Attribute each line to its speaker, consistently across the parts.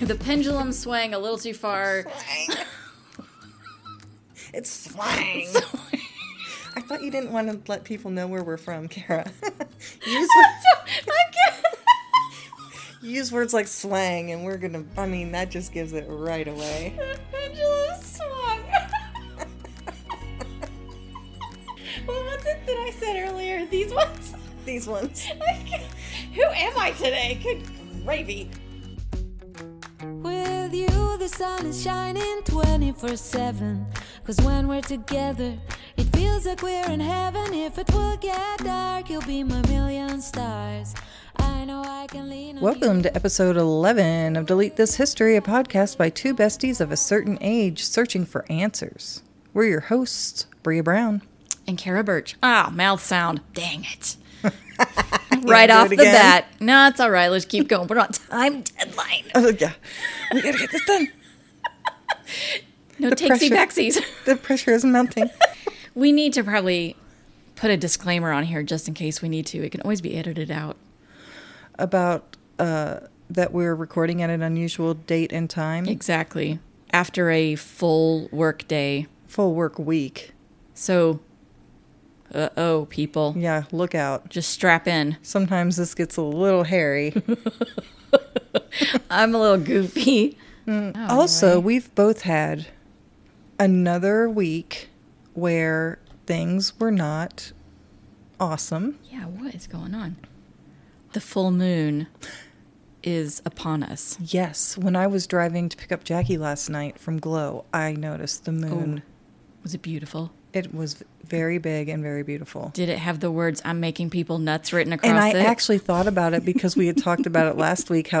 Speaker 1: The pendulum swung a little too far.
Speaker 2: It's slang. I thought you didn't want to let people know where we're from, Kara. use, use words like slang, and we're gonna. I mean, that just gives it right away.
Speaker 1: The pendulum swung. what was it that I said earlier? These ones.
Speaker 2: These ones.
Speaker 1: Who am I today? Good gravy.
Speaker 3: With you, the sun is shining 24 7. Cause when we're together, it feels like we're in heaven. If it will get dark, you'll be my million stars. I know I can lean on
Speaker 2: Welcome to episode 11 of Delete This History, a podcast by two besties of a certain age searching for answers. We're your hosts, Bria Brown.
Speaker 1: And Kara Birch. Ah, mouth sound. Dang it. right
Speaker 2: do
Speaker 1: off
Speaker 2: it
Speaker 1: the
Speaker 2: again?
Speaker 1: bat. No, it's all right. Let's keep going. We're on time deadline.
Speaker 2: Oh, yeah. We gotta get this done.
Speaker 1: No
Speaker 2: The
Speaker 1: takesy
Speaker 2: pressure.
Speaker 1: backsies.
Speaker 2: The pressure is mounting.
Speaker 1: We need to probably put a disclaimer on here just in case we need to. It can always be edited out.
Speaker 2: About uh, that we're recording at an unusual date and time,
Speaker 1: Exactly. After a full work day.
Speaker 2: full work week.
Speaker 1: So, uh oh, people.
Speaker 2: Yeah, look out.
Speaker 1: Just strap in.
Speaker 2: Sometimes this gets a little hairy.
Speaker 1: I'm a little goofy.
Speaker 2: Mm.
Speaker 1: Oh,
Speaker 2: also, we've both had another week where things were not awesome.
Speaker 1: Yeah, what is going on? The full moon is upon us.
Speaker 2: Yes, when I was driving to pick up Jackie last night from Glow, I noticed the moon.
Speaker 1: Was it beautiful?
Speaker 2: It was very big and very beautiful.
Speaker 1: Did it have the words "I'm making people nuts" written across
Speaker 2: And I
Speaker 1: it?
Speaker 2: actually thought about it because we had talked about it last week how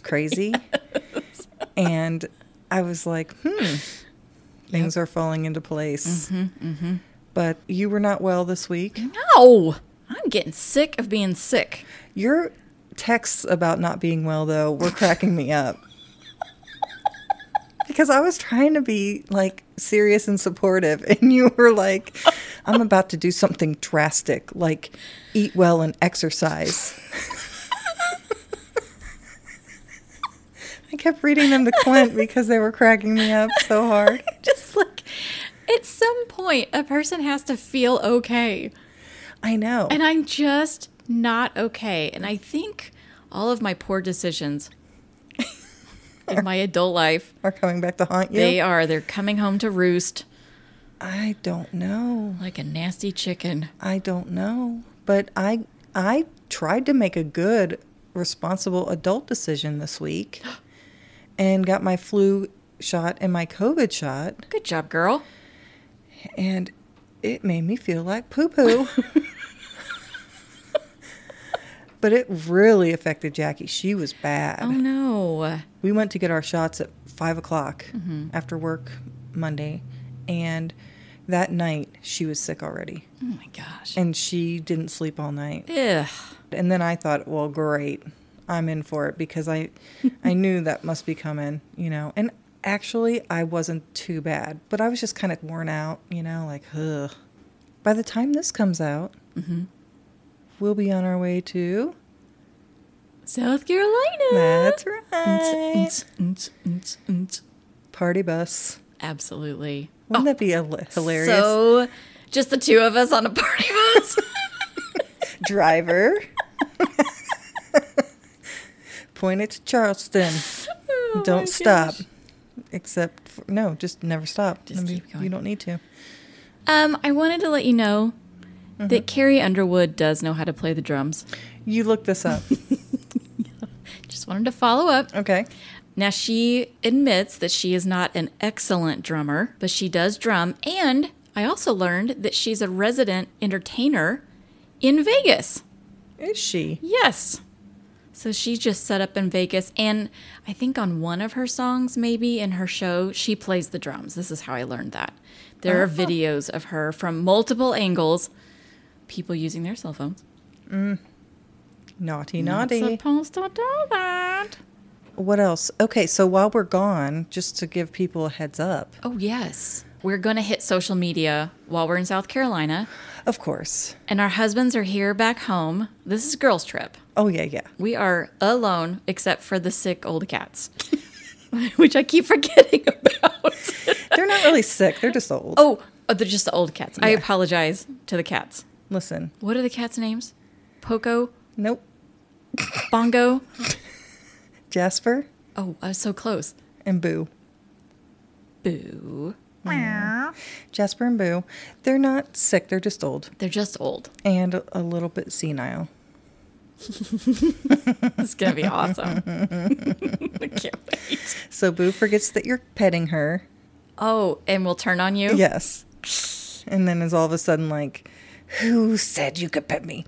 Speaker 2: crazy. And I was like, hmm, things are falling into place.
Speaker 1: Mm-hmm,
Speaker 2: But you were not well this week.
Speaker 1: no, I'm getting sick of being sick.
Speaker 2: Your texts about not being well, though, were cracking me up. Because I was trying to be like serious and supportive, and you were like, I'm about to do something drastic, like eat well and exercise. I kept reading them to Clint because they were cracking me up so hard.
Speaker 1: Just like at some point, a person has to feel okay,
Speaker 2: I know.
Speaker 1: and I'm just not okay. And I think all of my poor decisions in my adult life,
Speaker 2: Are coming back to haunt you?
Speaker 1: they are they're coming home to roost
Speaker 2: I don't know.
Speaker 1: like a nasty chicken.
Speaker 2: I don't know, but I I tried to make a good responsible adult decision this week and got my flu shot and my covid shot
Speaker 1: Good job, girl.
Speaker 2: and it made me feel like poo poo. but it really affected Jackie. She was bad.
Speaker 1: Oh no.
Speaker 2: We went to get our shots at five o'clock after work Monday, and that night she was sick already,
Speaker 1: Oh my gosh.
Speaker 2: and she didn't sleep all night.
Speaker 1: Ugh.
Speaker 2: And then I thought, well, great, I'm in for it because I, I knew that must be coming, you know. And actually, I wasn't too bad, but I was just kind of worn out, you know, like, ugh. By the time this comes out, we'll be on our way to.
Speaker 1: South Carolina.
Speaker 2: That's right,
Speaker 1: Nts, nts, nts, nts.
Speaker 2: party bus.
Speaker 1: Absolutely.
Speaker 2: Wouldn't that be hila- hilarious?
Speaker 1: So, just the two of us on a party bus.
Speaker 2: Driver. Point it to Charleston.
Speaker 1: Oh my
Speaker 2: don't stop.
Speaker 1: gosh.
Speaker 2: Except for, no, just never stop.
Speaker 1: Just
Speaker 2: I mean,
Speaker 1: keep going.
Speaker 2: You don't need to.
Speaker 1: Um, I wanted to let you know
Speaker 2: Mm-hmm.
Speaker 1: that Carrie Underwood does know how to play the drums.
Speaker 2: You look this up.
Speaker 1: Just wanted to follow up.
Speaker 2: Okay.
Speaker 1: Now, she admits that she is not an excellent drummer, but she does drum. And I also learned that she's a resident entertainer in Vegas.
Speaker 2: Is she?
Speaker 1: Yes. So she just set up in Vegas, and I think on one of her songs, maybe in her show, she plays the drums. This is how I learned that. There are videos of her from multiple angles, people using their cell phones.
Speaker 2: Naughty, naughty.
Speaker 1: Supposed to do that.
Speaker 2: what else? Okay, so while we're gone, just to give people a heads up,
Speaker 1: Oh, yes. We're going to hit social media while we're in South Carolina,
Speaker 2: of course.
Speaker 1: and our husbands are here back home. This is girls' trip.
Speaker 2: Oh, yeah, yeah.
Speaker 1: We are alone except for the sick old cats. which I keep forgetting about.
Speaker 2: They're not really sick. They're just old.
Speaker 1: oh, oh, they're just the old cats. I apologize to the cats.
Speaker 2: Listen.
Speaker 1: What are the cats' names? Poco,
Speaker 2: Nope.
Speaker 1: Bongo.
Speaker 2: Jasper
Speaker 1: Oh, I was so close.
Speaker 2: and Boo.
Speaker 1: Boo.
Speaker 2: Jasper and Boo. They're not sick. They're just old
Speaker 1: They're just old.
Speaker 2: and a- a little bit senile.
Speaker 1: This is gonna be awesome. I can't wait.
Speaker 2: So Boo forgets that you're petting her.
Speaker 1: Oh, and we'll turn on you.
Speaker 2: Yes. And then is all of a sudden like, who said you could pet me?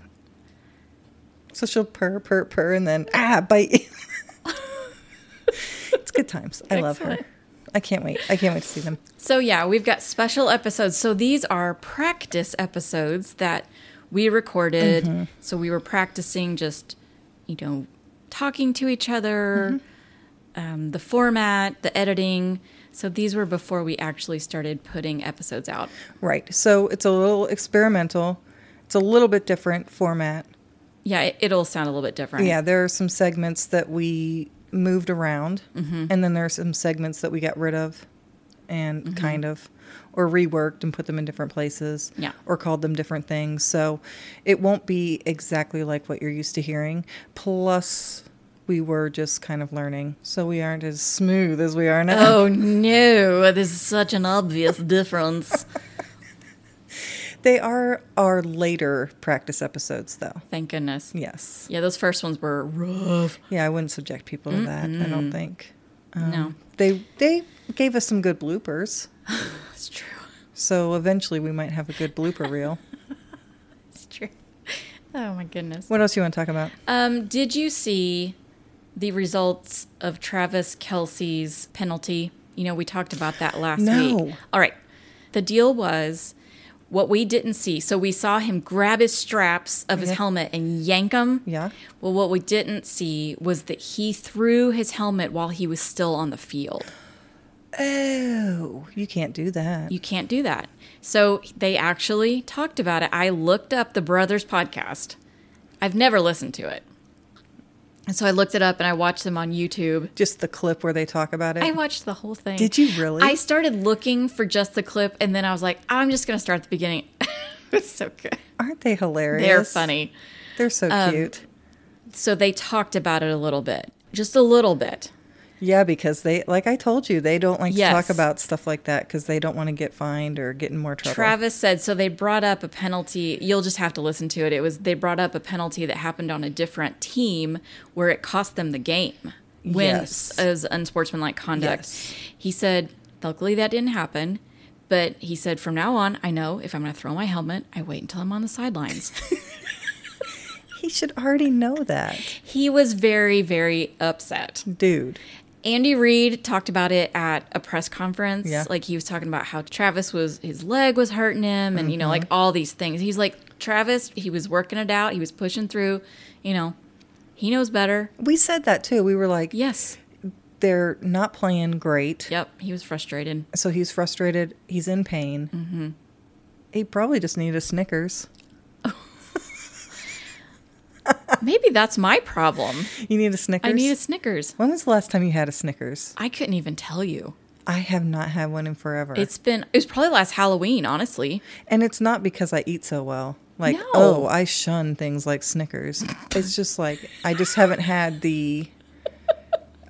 Speaker 2: So she'll purr, purr, purr, and then ah, bite. you. it's good times. I love her.
Speaker 1: Excellent.
Speaker 2: I can't wait. I can't wait to see them.
Speaker 1: So, yeah, we've got special episodes. So, these are practice episodes that we recorded. So, we were practicing just, you know, talking to each other, um, the format, the editing. So, these were before we actually started putting episodes out.
Speaker 2: Right. So it's a little experimental. It's a little bit different format.
Speaker 1: Yeah, it, it'll sound a little bit different.
Speaker 2: Yeah, there are some segments that we moved around, and then there are some segments that we got rid of and kind of or reworked and put them in different places
Speaker 1: Yeah.
Speaker 2: or called them different things. So it won't be exactly like what you're used to hearing. Plus, we were just kind of learning, so we aren't as smooth as we are now.
Speaker 1: Oh, no, there's such an obvious difference.
Speaker 2: They are our later practice episodes, though.
Speaker 1: Thank goodness.
Speaker 2: Yes.
Speaker 1: Yeah, those first ones were rough.
Speaker 2: Yeah, I wouldn't subject people to that. I don't think.
Speaker 1: no,
Speaker 2: They they gave us some good bloopers.
Speaker 1: it's true.
Speaker 2: So eventually we might have a good blooper reel.
Speaker 1: It's true. Oh, my goodness.
Speaker 2: What else you want to talk about?
Speaker 1: Um, did you see the results of Travis Kelsey's penalty? You know, we talked about that last
Speaker 2: No.
Speaker 1: week. All right. The deal was what we didn't see. So we saw him grab his straps of his helmet and yank them.
Speaker 2: Yeah.
Speaker 1: Well, what we didn't see was that he threw his helmet while he was still on the field.
Speaker 2: Oh, you can't do that.
Speaker 1: You can't do that. So they actually talked about it. I looked up the Brothers podcast. I've never listened to it. And so I looked it up and I watched them on YouTube.
Speaker 2: Just the clip where they talk about it.
Speaker 1: I watched the whole thing.
Speaker 2: Did you really?
Speaker 1: I started looking for just the clip and then I was like, I'm just going to start at the beginning. it's so good.
Speaker 2: Aren't they hilarious?
Speaker 1: They're funny. Um,
Speaker 2: They're so cute.
Speaker 1: So they talked about it a little bit, just a little bit.
Speaker 2: Yeah, because they like I told you they don't like
Speaker 1: Yes.
Speaker 2: to talk about stuff like that because they don't want to get fined or get in more trouble.
Speaker 1: Travis said so they brought up a penalty. You'll just have to listen to it. It was they brought up a penalty that happened on a different team where it cost them the game when
Speaker 2: Yes.
Speaker 1: s- as unsportsmanlike conduct.
Speaker 2: Yes.
Speaker 1: He said, luckily that didn't happen. But he said, from now on, I know if I'm going to throw my helmet, I wait until I'm on the sidelines.
Speaker 2: he should already know that,
Speaker 1: he was very, very upset.
Speaker 2: dude.
Speaker 1: Andy Reid talked about it at a press conference.
Speaker 2: Yeah.
Speaker 1: Like he was talking about how Travis was his leg was hurting him and you know, like all these things. He's like Travis, he was working it out, he was pushing through, you know. He knows better.
Speaker 2: We said that too. We were like,
Speaker 1: Yes.
Speaker 2: they're not playing great.
Speaker 1: Yep. He was frustrated.
Speaker 2: So he's frustrated. He's in pain. Mm-hmm. He probably just needed a Snickers.
Speaker 1: Maybe that's my problem.
Speaker 2: You need a Snickers.
Speaker 1: I need a Snickers.
Speaker 2: When was the last time you had a Snickers?
Speaker 1: I couldn't even tell you.
Speaker 2: I have not had one in forever.
Speaker 1: It's been it was probably last Halloween, honestly.
Speaker 2: and it's not because I eat so well. Like,
Speaker 1: No.
Speaker 2: oh, I shun things like Snickers. it's just like I just haven't had the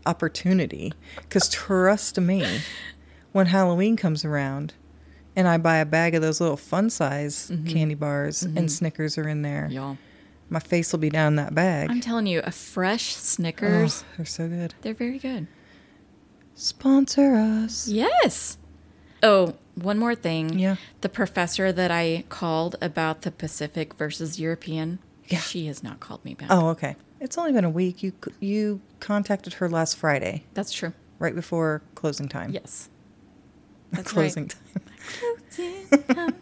Speaker 2: opportunity. Because trust me, when Halloween comes around and I buy a bag of those little fun size
Speaker 1: Mm-hmm.
Speaker 2: candy bars and Snickers are in there,
Speaker 1: Y'all.
Speaker 2: my face will be down that bag.
Speaker 1: I'm telling you, a fresh Snickers,
Speaker 2: Oh, they're so good.
Speaker 1: they're very good.
Speaker 2: Sponsor us.
Speaker 1: Yes. Oh, one more thing.
Speaker 2: Yeah.
Speaker 1: The professor that I called about the Pacific versus European,
Speaker 2: Yeah.
Speaker 1: she has not called me back.
Speaker 2: Oh, okay. It's only been a week. You c- you contacted her last Friday.
Speaker 1: That's true.
Speaker 2: right before closing time.
Speaker 1: Yes. That's
Speaker 2: closing
Speaker 1: Right.
Speaker 2: time.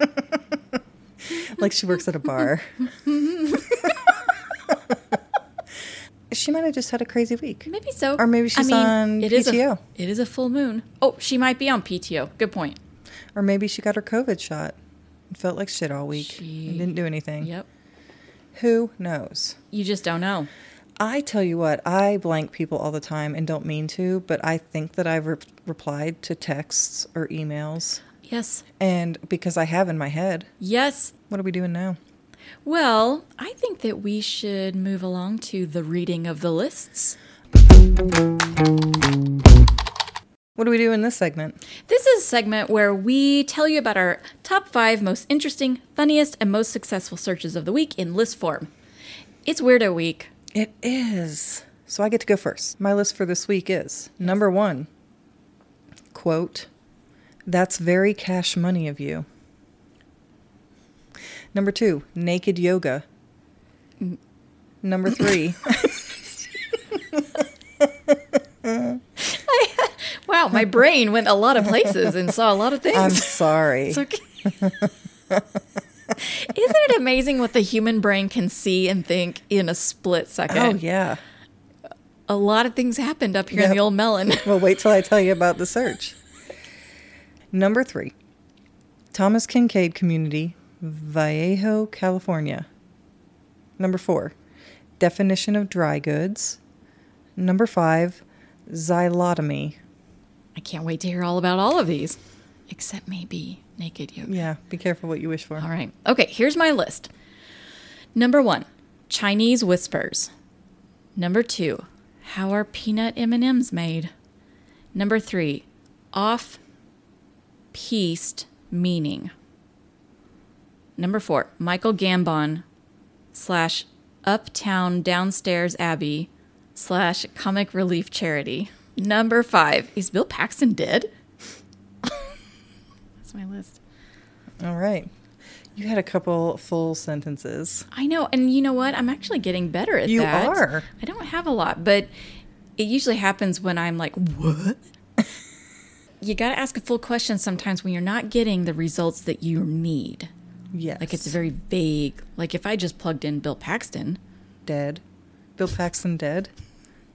Speaker 2: Like she works at a bar. she might have just had a crazy week.
Speaker 1: Maybe so.
Speaker 2: Or maybe she's on
Speaker 1: it is a-
Speaker 2: PTO.
Speaker 1: it is a full moon. Oh, she might be on PTO. Good point.
Speaker 2: Or maybe she got her COVID shot and felt like shit all week.
Speaker 1: She-
Speaker 2: and didn't do anything.
Speaker 1: Yep.
Speaker 2: Who knows?
Speaker 1: You just don't know.
Speaker 2: I tell you what, I blank people all the time and don't mean to, but I think that I've re- replied to texts or emails,
Speaker 1: Yes.
Speaker 2: and because I have in my head.
Speaker 1: Yes.
Speaker 2: What are we doing now?
Speaker 1: Well, I think that we should move along to the reading of the lists.
Speaker 2: What do we do in this segment?
Speaker 1: This is a segment where we tell you about our top five most interesting, funniest, and most successful searches of the week in list form. It's Weirdo Week.
Speaker 2: It is. So I get to go first. My list for this week is number one quote, that's very cash money of you. Number two, naked yoga.
Speaker 1: Mm.
Speaker 2: Number three,
Speaker 1: Wow, my brain went a lot of places and saw a lot of things.
Speaker 2: I'm sorry.
Speaker 1: It's okay. Isn't it amazing what the human brain can see and think in a split second?
Speaker 2: Oh, yeah.
Speaker 1: A lot of things happened up here in
Speaker 2: Yep.
Speaker 1: the old melon.
Speaker 2: Well, wait till I tell you about the search. Number three, Thomas Kincaid Community, Vallejo, California. Number four, definition of dry goods. Number five, xylotomy.
Speaker 1: I can't wait to hear all about all of these, except maybe naked yoga.
Speaker 2: Yeah, be careful what you wish for.
Speaker 1: All right. Okay, here's my list. Number one, Chinese whispers. Number two, how are peanut M&Ms made? Number three, off-pieced meaning. Number four, Michael Gambon slash Uptown Downstairs Abbey slash Comic Relief Charity. Number five, is Bill Paxton dead? That's my list.
Speaker 2: All right. You had a couple full sentences.
Speaker 1: I know, and you know what? I'm actually getting better at
Speaker 2: You
Speaker 1: that.
Speaker 2: are.
Speaker 1: I don't have a lot, but it usually happens when I'm like, "What?" you got to ask a full question sometimes when you're not getting the results that you need.
Speaker 2: Yes.
Speaker 1: Like it's very vague. Like if I just plugged in Bill Paxton,
Speaker 2: dead. Bill Paxton dead.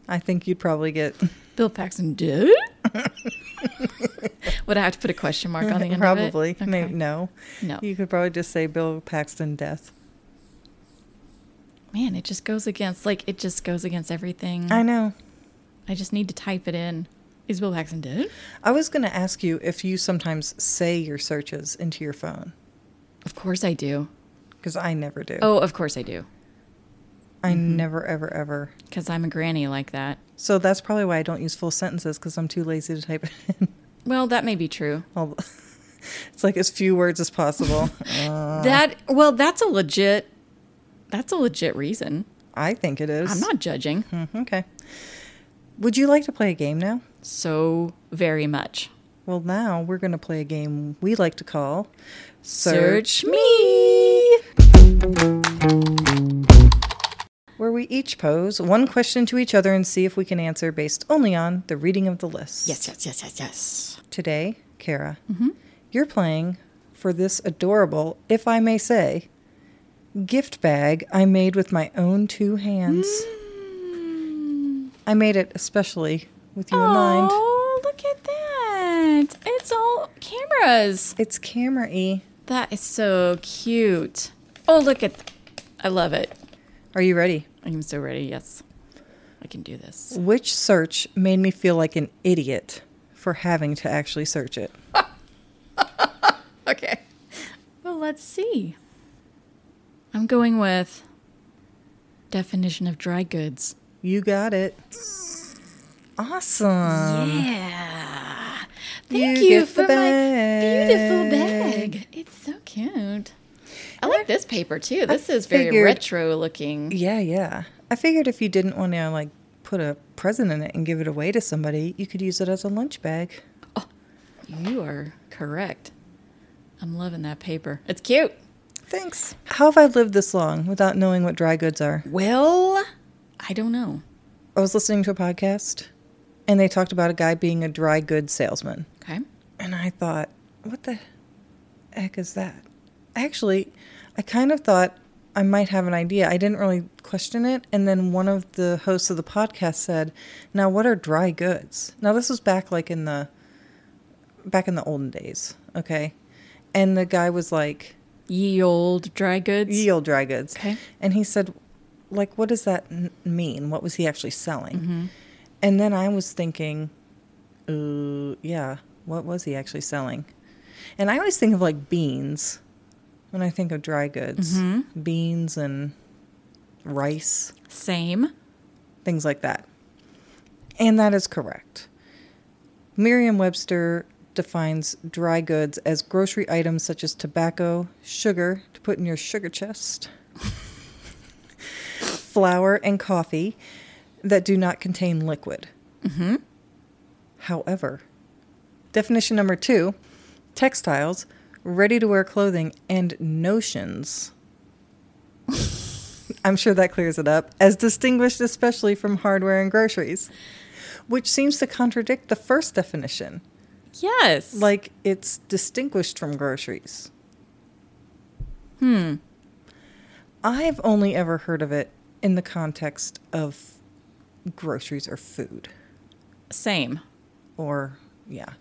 Speaker 2: I think you'd probably get
Speaker 1: Bill Paxton did. Would I have to put a question mark on the end of it?
Speaker 2: probably.
Speaker 1: Okay.
Speaker 2: May- no.
Speaker 1: No.
Speaker 2: You could probably just say Bill Paxton death.
Speaker 1: Man, it just goes against like it just goes against everything.
Speaker 2: I know.
Speaker 1: I just need to type it in. Is Bill Paxton dead?
Speaker 2: I was going to ask you if you sometimes say your searches into your phone
Speaker 1: Of course I do.
Speaker 2: because I never do.
Speaker 1: Oh, mm-hmm. of course I do.
Speaker 2: I never, ever, ever.
Speaker 1: Because I'm a granny like that.
Speaker 2: So that's probably why I don't use full sentences because I'm too lazy to type it in.
Speaker 1: Well, that may be true.
Speaker 2: All the- it's like as few words as possible. Uh,
Speaker 1: that well, that's a legit that's a legit reason.
Speaker 2: I think it is.
Speaker 1: I'm not judging
Speaker 2: Mm, Okay. Would you like to play a game now?
Speaker 1: so very much.
Speaker 2: Well, now we're going to play a game we like to call
Speaker 1: Search me.
Speaker 2: where we each pose one question to each other and see if we can answer based only on the reading of the list.
Speaker 1: Yes, yes, yes, yes, yes.
Speaker 2: Today, Kara, you're playing for this adorable, if I may say, gift bag I made with my own two hands. I made it especially with you in mind.
Speaker 1: Oh, look at that. It's all cameras.
Speaker 2: It's camera y.
Speaker 1: That is so cute. Oh, look at I love it.
Speaker 2: Are you ready?
Speaker 1: I'm so ready. Yes. I can do this.
Speaker 2: Which search made me feel like an idiot for having to actually search it?
Speaker 1: Okay. Well, let's see. I'm going with definition of dry goods.
Speaker 2: You got it.
Speaker 1: Um,
Speaker 2: Awesome.
Speaker 1: Yeah. Thank
Speaker 2: You
Speaker 1: you,
Speaker 2: get the
Speaker 1: for my beautiful
Speaker 2: bag.
Speaker 1: bag. It's so cute. I like this paper too. This is very
Speaker 2: figured-
Speaker 1: retro looking.
Speaker 2: Yeah, yeah. I figured if you didn't want to like put a present in it and give it away to somebody, you could use it as a lunch bag.
Speaker 1: You are correct. I'm loving that paper. It's cute.
Speaker 2: Thanks. How have I lived this long without knowing what dry goods are?
Speaker 1: Well, I don't know.
Speaker 2: I was listening to a podcast and they talked about a guy being a dry goods salesman.
Speaker 1: Okay.
Speaker 2: And I thought, what the heck is that? Actually, I kind of thought I might have an idea. I didn't really question it. And then one of the hosts of the podcast said, now what are dry goods? Now this was back like in the back in the olden days, okay? And the guy was like,
Speaker 1: Ye old dry goods.
Speaker 2: ye old dry goods.
Speaker 1: Okay.
Speaker 2: And he said, like, what does that n- mean? What was he actually
Speaker 1: Mm-hmm.
Speaker 2: selling? And then I was thinking, ooh, yeah, what was he actually selling? And I always think of like beans when I think of dry goods, beans and rice,
Speaker 1: Same.
Speaker 2: things like that. And that is correct. Merriam Webster defines dry goods as grocery items such as tobacco, sugar to put in your sugar chest, flour, and coffee that do not contain liquid.
Speaker 1: Mm-hmm.
Speaker 2: However, definition number two textiles, ready to wear clothing, and notions. I'm sure that clears it up, as distinguished especially from hardware and groceries, which seems to contradict the first definition.
Speaker 1: Yes.
Speaker 2: Like it's distinguished from groceries. Hmm. I've only ever heard of it in the context of groceries or food
Speaker 1: same.
Speaker 2: or, yeah,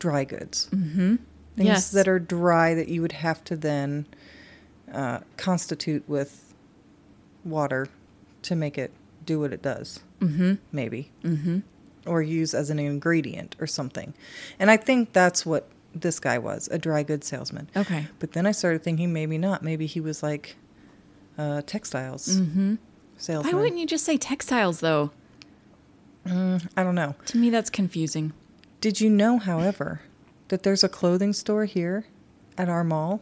Speaker 2: dry goods. Mm-hmm. Things
Speaker 1: Yes.
Speaker 2: that are dry that you would have to then uh, constitute with water to make it do what it does. Mm-hmm. Maybe
Speaker 1: Mm-hmm.
Speaker 2: or use as an ingredient or something. And I think that's what this guy was a dry goods salesman.
Speaker 1: Okay.
Speaker 2: But then I started thinking maybe not. Maybe he was like uh, textiles
Speaker 1: Mm. Why
Speaker 2: salesman.
Speaker 1: wouldn't you just say textiles though?
Speaker 2: Mm, I don't know.
Speaker 1: To me, that's confusing.
Speaker 2: Did you know, however, that there's a clothing store here at our mall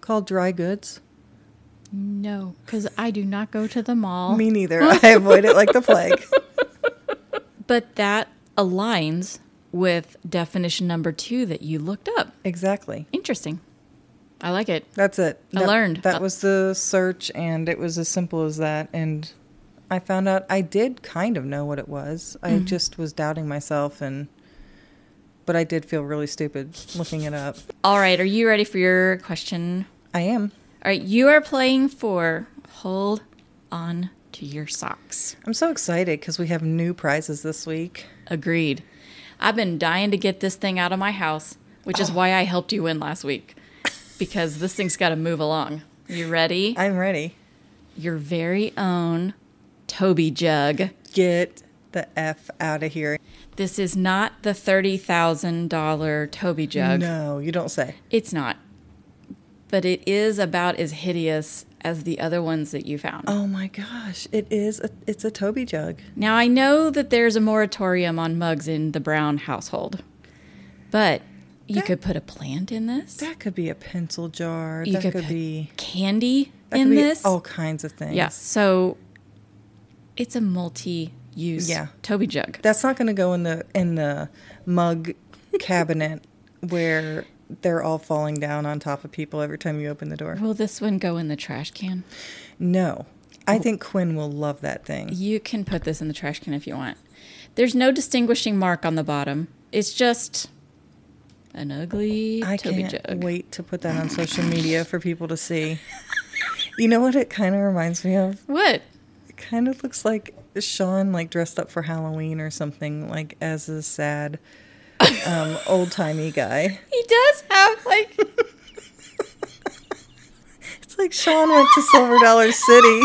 Speaker 2: called Dry Goods?
Speaker 1: No, because I do not go to the mall.
Speaker 2: Me neither. I avoid it like the plague.
Speaker 1: But that aligns with definition number two that you looked up.
Speaker 2: Exactly.
Speaker 1: Interesting. I like it.
Speaker 2: That's it.
Speaker 1: I
Speaker 2: That-
Speaker 1: learned.
Speaker 2: That was the search, and it was as simple as that. And I found out I did kind of know what it was. I
Speaker 1: Mm-hmm.
Speaker 2: just was doubting myself, and but I did feel really stupid looking it up.
Speaker 1: All right, are you ready for your question?
Speaker 2: I am.
Speaker 1: All right, you are playing for hold on to your socks.
Speaker 2: I'm so excited because we have new prizes this week.
Speaker 1: Agreed. I've been dying to get this thing out of my house, which
Speaker 2: Oh.
Speaker 1: is why I helped you win last week because this thing's got to move along. You ready?
Speaker 2: I'm ready.
Speaker 1: Your very own Toby jug.
Speaker 2: Get the f out of here.
Speaker 1: This is not the $30,000 Toby jug.
Speaker 2: No, you don't say.
Speaker 1: It's not. But it is about as hideous as the other ones that you found.
Speaker 2: Oh my gosh! It is. A, it's a Toby jug.
Speaker 1: Now, I know that there's a moratorium on mugs in the Brown household, but you
Speaker 2: That-
Speaker 1: could put a plant in this.
Speaker 2: That could be a pencil jar.
Speaker 1: you
Speaker 2: that could,
Speaker 1: put
Speaker 2: be.
Speaker 1: candy
Speaker 2: That
Speaker 1: in
Speaker 2: could be oh,
Speaker 1: this.
Speaker 2: all kinds of things.
Speaker 1: yeah. So it's a multi use
Speaker 2: Yeah.
Speaker 1: Toby jug.
Speaker 2: that's not going to go in the in the mug cabinet where they're all falling down on top of people every time you open the door.
Speaker 1: Will this one go in the trash can?
Speaker 2: No.
Speaker 1: Oh.
Speaker 2: I think Quinn will love that thing.
Speaker 1: You can put this in the trash can if you want. There's no distinguishing mark on the bottom. It's just an ugly
Speaker 2: I
Speaker 1: Toby
Speaker 2: can't
Speaker 1: jug.
Speaker 2: wait to put that on social media for people to see. You know what it kind of reminds me of?
Speaker 1: What?
Speaker 2: It kind of looks like Sean like dressed up for Halloween or something like as a sad um, old-timey guy.
Speaker 1: He does have like
Speaker 2: It's like Sean went to Silver Dollar City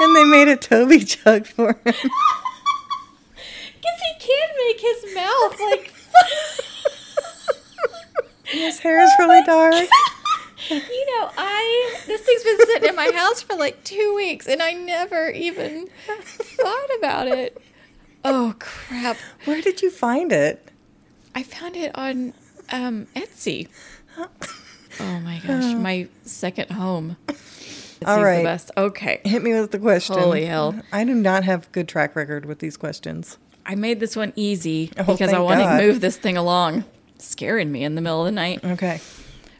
Speaker 2: and they made a Toby jug for him.
Speaker 1: Because he can make his mouth like.
Speaker 2: His hair is really dark.
Speaker 1: Oh you know, I this thing's been sitting in my house for like two weeks, and I never even thought about it. Oh crap!
Speaker 2: Where did you find it?
Speaker 1: I found it on um, Etsy. Oh my gosh, my second home. Etsy's
Speaker 2: All right.
Speaker 1: the best. Okay,
Speaker 2: Hit me with the question.
Speaker 1: Holy hell.
Speaker 2: I do not have good track record with these questions.
Speaker 1: I made this one easy
Speaker 2: Oh,
Speaker 1: because I
Speaker 2: thank
Speaker 1: want to
Speaker 2: God.
Speaker 1: move this thing along. Scaring me in the middle of the night.
Speaker 2: Okay.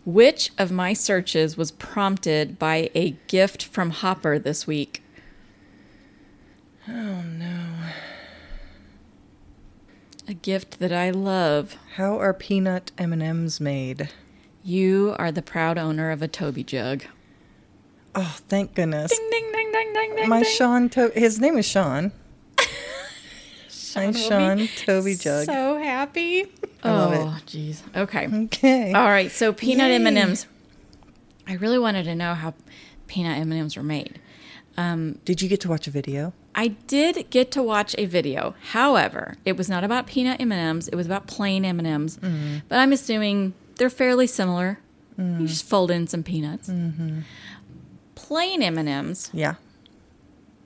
Speaker 1: Which of my searches was prompted by a gift from Hopper this week? Oh no. A gift that I love.
Speaker 2: How are peanut M&Ms made?
Speaker 1: You are the proud owner of a Toby jug.
Speaker 2: Oh, thank goodness.
Speaker 1: Ding ding ding ding ding ding.
Speaker 2: My
Speaker 1: ding.
Speaker 2: Sean to- his name is Sean. My
Speaker 1: will be
Speaker 2: Sean Toby jug.
Speaker 1: So happy.
Speaker 2: love
Speaker 1: oh jeez. Okay.
Speaker 2: okay.
Speaker 1: All right, so peanut
Speaker 2: Yay.
Speaker 1: M&Ms. I really wanted to know how peanut M&Ms were made.
Speaker 2: Did you get to watch a video?
Speaker 1: I did get to watch a video. However, it was not about peanut M&Ms, it was about plain M&Ms. But I'm assuming they're fairly similar. You just fold in some peanuts. Plain M&Ms
Speaker 2: Yeah.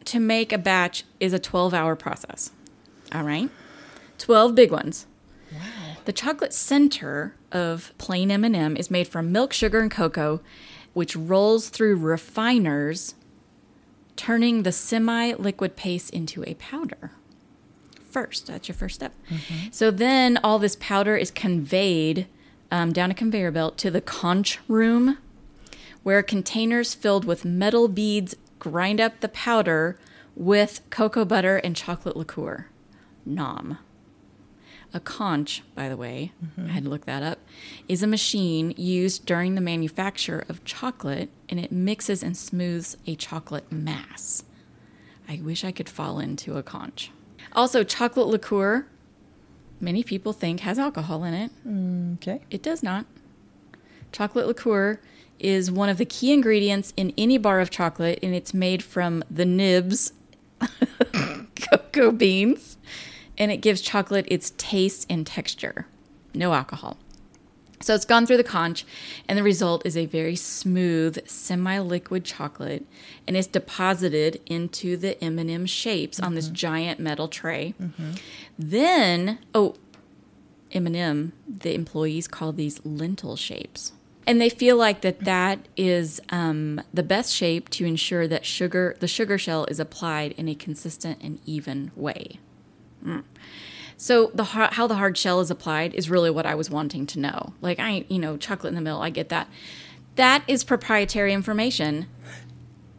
Speaker 1: to make a batch is a 12-hour process. All right? 12 big ones.
Speaker 2: Wow.
Speaker 1: The chocolate center of plain M&M is made from milk, sugar, and cocoa, which rolls through refiners, turning the semi-liquid paste into a powder. First, that's your first step. So then all this powder is conveyed um, down a conveyor belt to the conch room, where containers filled with metal beads grind up the powder with cocoa butter and chocolate liqueur. Nom. A conch, by the way, I had to look that up, is a machine used during the manufacture of chocolate and it mixes and smooths a chocolate mass. I wish I could fall into a conch. Also, chocolate liqueur, many people think has alcohol in it.
Speaker 2: Okay.
Speaker 1: It does not. Chocolate liqueur is one of the key ingredients in any bar of chocolate, and it's made from the nibs, cocoa beans, and it gives chocolate its taste and texture. No alcohol. So it's gone through the conch, and the result is a very smooth, semi-liquid chocolate, and it's deposited into the M&M shapes on this giant metal tray. Then, oh, M&M, the employees call these lentil shapes. And they feel like that that is um, the best shape to ensure that sugar, the sugar shell is applied in a consistent and even way. Mm. So the har- how the hard shell is applied is really what I was wanting to know. Like I, you know, chocolate in the middle, I get that. That is proprietary information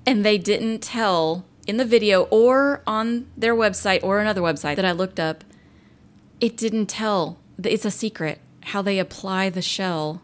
Speaker 1: and they didn't tell in the video or on their website or another website that I looked up. It didn't tell. It's a secret how they apply the shell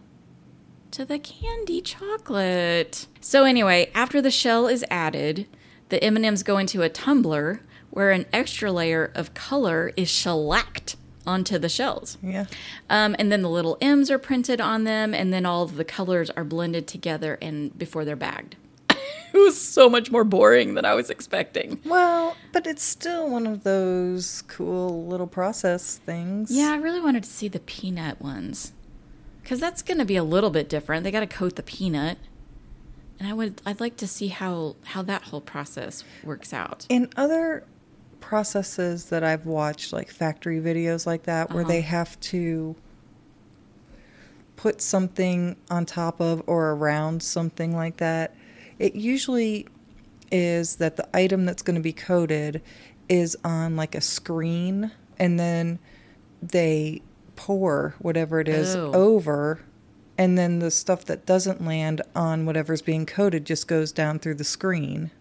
Speaker 1: to the candy chocolate. So anyway, after the shell is added, the M&Ms go into a tumbler where an extra layer of color is shellacked onto the shells.
Speaker 2: Yeah.
Speaker 1: Um, and then the little M's are printed on them, and then all of the colors are blended together and before they're bagged. it was so much more boring than I was expecting.
Speaker 2: Well, but it's still one of those cool little process things.
Speaker 1: Yeah, I really wanted to see the peanut ones because that's going to be a little bit different. They got to coat the peanut, and I would I'd like to see how how that whole process works out.
Speaker 2: in other processes that I've watched, like factory videos like that, where they have to put something on top of or around something like that, it usually is that the item that's going to be coded is on like a screen and then they pour whatever it is
Speaker 1: Oh.
Speaker 2: over and then the stuff that doesn't land on whatever's being coded just goes down through the screen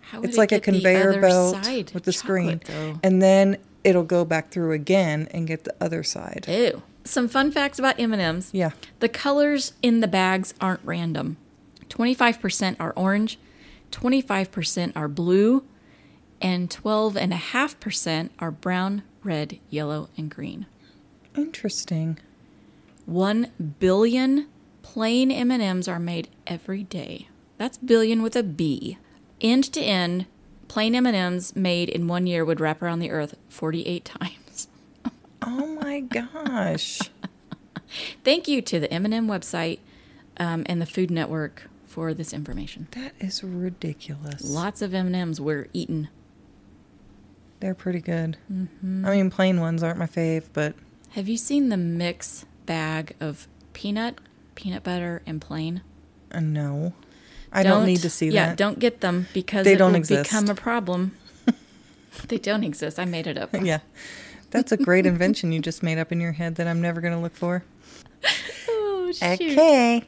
Speaker 1: How would
Speaker 2: it's
Speaker 1: it
Speaker 2: like a
Speaker 1: get the
Speaker 2: conveyor
Speaker 1: other
Speaker 2: belt
Speaker 1: side
Speaker 2: with the screen
Speaker 1: chocolate, though?
Speaker 2: and then it'll go back through again and get the other side
Speaker 1: Ew. Some fun facts about M&Ms.
Speaker 2: yeah
Speaker 1: The colors in the bags aren't random. 25% are orange, 25% are blue, and 12.5% are brown, red, yellow, and green.
Speaker 2: interesting
Speaker 1: 1 billion plain M&Ms are made every day. That's billion with a B. End to end, plain M&Ms made in one year would wrap around the earth 48 times.
Speaker 2: oh my gosh
Speaker 1: Thank you to the M&M website um, and the Food Network for this information.
Speaker 2: that is ridiculous
Speaker 1: Lots of M&Ms were eaten.
Speaker 2: they're pretty good
Speaker 1: Mm-hmm.
Speaker 2: i mean plain ones aren't my fave but
Speaker 1: Have you seen the mix bag of peanut, peanut butter, and plain?
Speaker 2: uh, no i don't, need to see
Speaker 1: yeah,
Speaker 2: that
Speaker 1: don't get them because
Speaker 2: They
Speaker 1: it
Speaker 2: don't
Speaker 1: will
Speaker 2: exist.
Speaker 1: become a problem. they don't exist. I made it up.
Speaker 2: yeah that's a great invention you just made up in your head that i'm never going to look for
Speaker 1: Oh, shoot.
Speaker 2: okay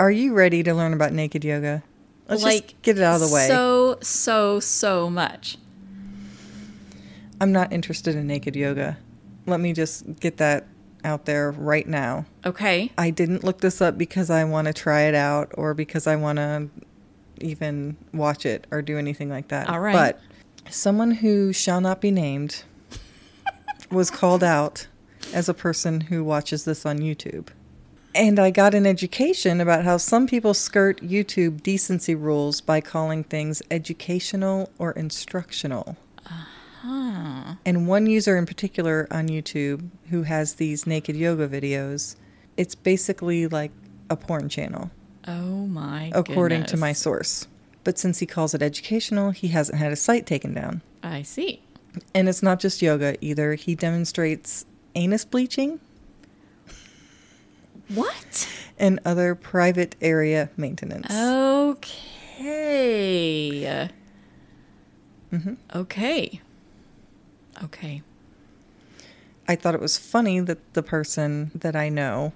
Speaker 2: are you ready to learn about naked yoga let's just get it out of the way
Speaker 1: So, so, so much.
Speaker 2: I'm not interested in naked yoga. Let me just get that out there right now.
Speaker 1: Okay.
Speaker 2: I didn't look this up because I want to try it out or because I want to even watch it or do anything like that.
Speaker 1: All right.
Speaker 2: But someone who shall not be named was called out as a person who watches this on YouTube. and I got an education about how some people skirt YouTube decency rules by calling things educational or instructional.
Speaker 1: Huh.
Speaker 2: And one user in particular on YouTube who has these naked yoga videos, it's basically like a porn channel,
Speaker 1: Oh my
Speaker 2: according to my
Speaker 1: goodness.
Speaker 2: source. But since he calls it educational, he hasn't had his site taken down.
Speaker 1: I see.
Speaker 2: And it's not just yoga either. He demonstrates anus bleaching
Speaker 1: What?
Speaker 2: and other private area maintenance.
Speaker 1: Oh. Okay. Okay. Mm-hmm. Okay.
Speaker 2: I thought it was funny that the person that I know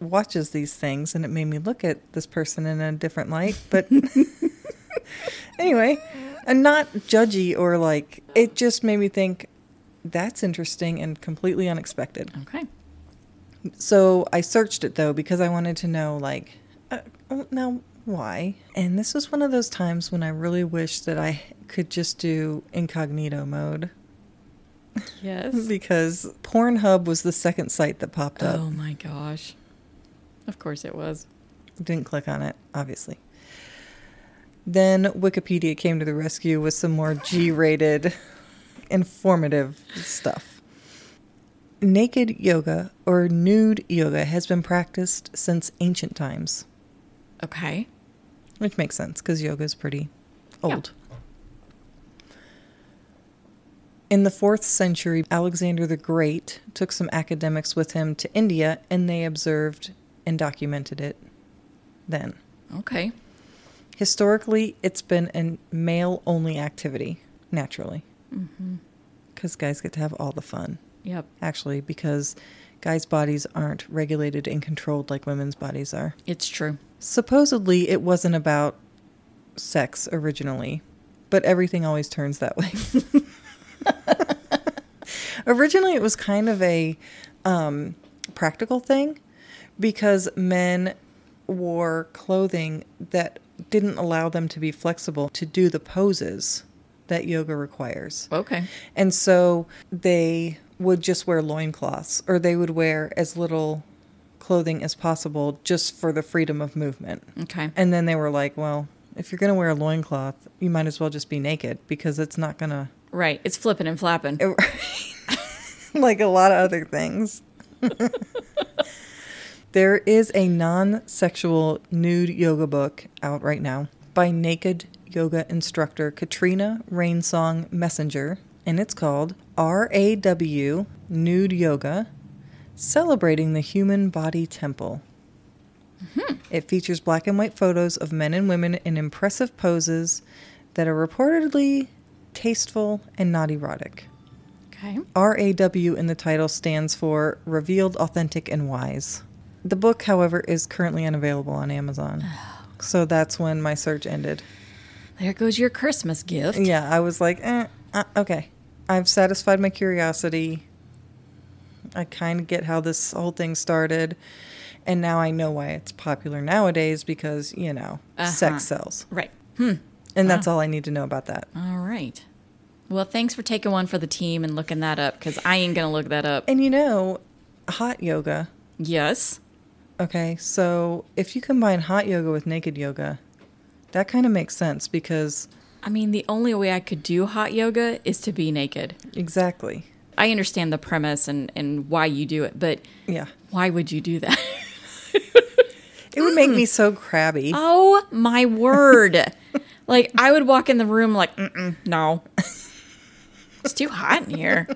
Speaker 2: watches these things and it made me look at this person in a different light. But anyway, and not judgy or like, it just made me think that's interesting and completely unexpected.
Speaker 1: Okay.
Speaker 2: So I searched it though because I wanted to know, like, uh, oh, now why? And this was one of those times when I really wished that I could just do incognito mode
Speaker 1: Yes.
Speaker 2: because Pornhub was the second site that popped up.
Speaker 1: Oh my gosh. Of course it was.
Speaker 2: Didn't click on it, obviously. Then Wikipedia came to the rescue with some more G rated, informative stuff. Naked yoga or nude yoga has been practiced since ancient times,
Speaker 1: Okay.
Speaker 2: which makes sense because yoga is pretty
Speaker 1: Yeah.
Speaker 2: old. In the fourth century, Alexander the Great took some academics with him to India and they observed and documented it then.
Speaker 1: Okay.
Speaker 2: Historically, it's been a male only activity, naturally. Because guys get to have all the fun,
Speaker 1: Mm-hmm. Yep.
Speaker 2: actually, because guys' bodies aren't regulated and controlled like women's bodies are.
Speaker 1: It's true.
Speaker 2: Supposedly, it wasn't about sex originally, but everything always turns that way. originally, it was kind of a um, practical thing because men wore clothing that didn't allow them to be flexible to do the poses that yoga requires.
Speaker 1: Okay.
Speaker 2: And so they would just wear loincloths or they would wear as little clothing as possible just for the freedom of movement.
Speaker 1: Okay.
Speaker 2: And then they were like, well, if you're going to wear a loincloth, you might as well just be naked because it's not going to
Speaker 1: Right. It's flipping and flapping.
Speaker 2: like a lot of other things. there is a non sexual nude yoga book out right now by naked yoga instructor Katrina Rainsong Messenger, and it's called RAW Nude Yoga Celebrating the Human Body Temple. It features black and white photos of men and women in impressive poses that are reportedly tasteful and not erotic.
Speaker 1: Okay.
Speaker 2: RAW in the title stands for Revealed, Authentic, and Wise. The book, however, is currently unavailable on Amazon. So that's when my search ended.
Speaker 1: There goes your Christmas gift.
Speaker 2: Yeah, I was like, eh, uh, okay. I've satisfied my curiosity. I kind of get how this whole thing started. And now I know why it's popular nowadays because, you know,
Speaker 1: Uh-huh.
Speaker 2: sex sells.
Speaker 1: Right. Hmm.
Speaker 2: And that's all I need to know about that.
Speaker 1: All right. Well, thanks for taking one for the team and looking that up because I ain't going to look that up.
Speaker 2: And you know, hot yoga.
Speaker 1: Yes.
Speaker 2: Okay, so if you combine hot yoga with naked yoga, that kind of makes sense because
Speaker 1: I mean, the only way I could do hot yoga is to be naked.
Speaker 2: exactly.
Speaker 1: I understand the premise and, and why you do it, but
Speaker 2: Yeah.
Speaker 1: why would you do that?
Speaker 2: It would make me so crabby.
Speaker 1: oh my word. like, I would walk in the room like, Mm-mm, no. it's too hot in here.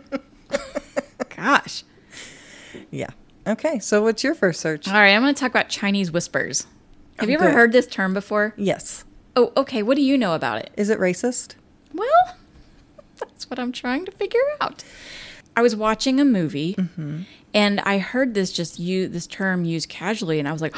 Speaker 1: Gosh.
Speaker 2: Yeah. Okay, so what's your first search?
Speaker 1: All right, I'm going to talk about Chinese whispers. Have you
Speaker 2: Oh,
Speaker 1: ever
Speaker 2: good.
Speaker 1: heard this term before?
Speaker 2: Yes.
Speaker 1: Oh, okay. What do you know about it?
Speaker 2: Is it racist?
Speaker 1: Well, that's what I'm trying to figure out. I was watching a movie and I heard this just you this term used casually and I was like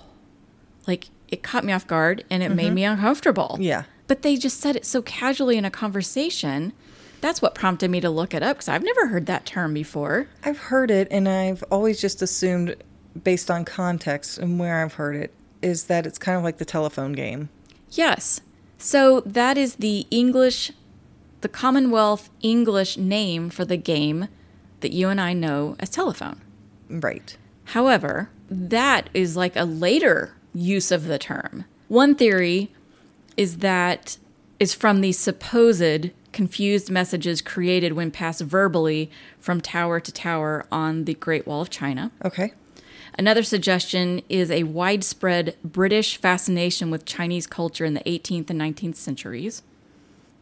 Speaker 1: like it caught me off guard and it made me uncomfortable.
Speaker 2: Yeah.
Speaker 1: But they just said it so casually in a conversation. That's what prompted me to look it up cuz I've never heard that term before.
Speaker 2: I've heard it and I've always just assumed based on context and where I've heard it is that it's kind of like the telephone game.
Speaker 1: Yes. So that is the English the Commonwealth English name for the game that you and I know as telephone.
Speaker 2: Right.
Speaker 1: However, that is like a later use of the term. One theory is that is from the supposed confused messages created when passed verbally from tower to tower on the Great Wall of China.
Speaker 2: Okay.
Speaker 1: Another suggestion is a widespread British fascination with Chinese culture in the 18th and 19th centuries.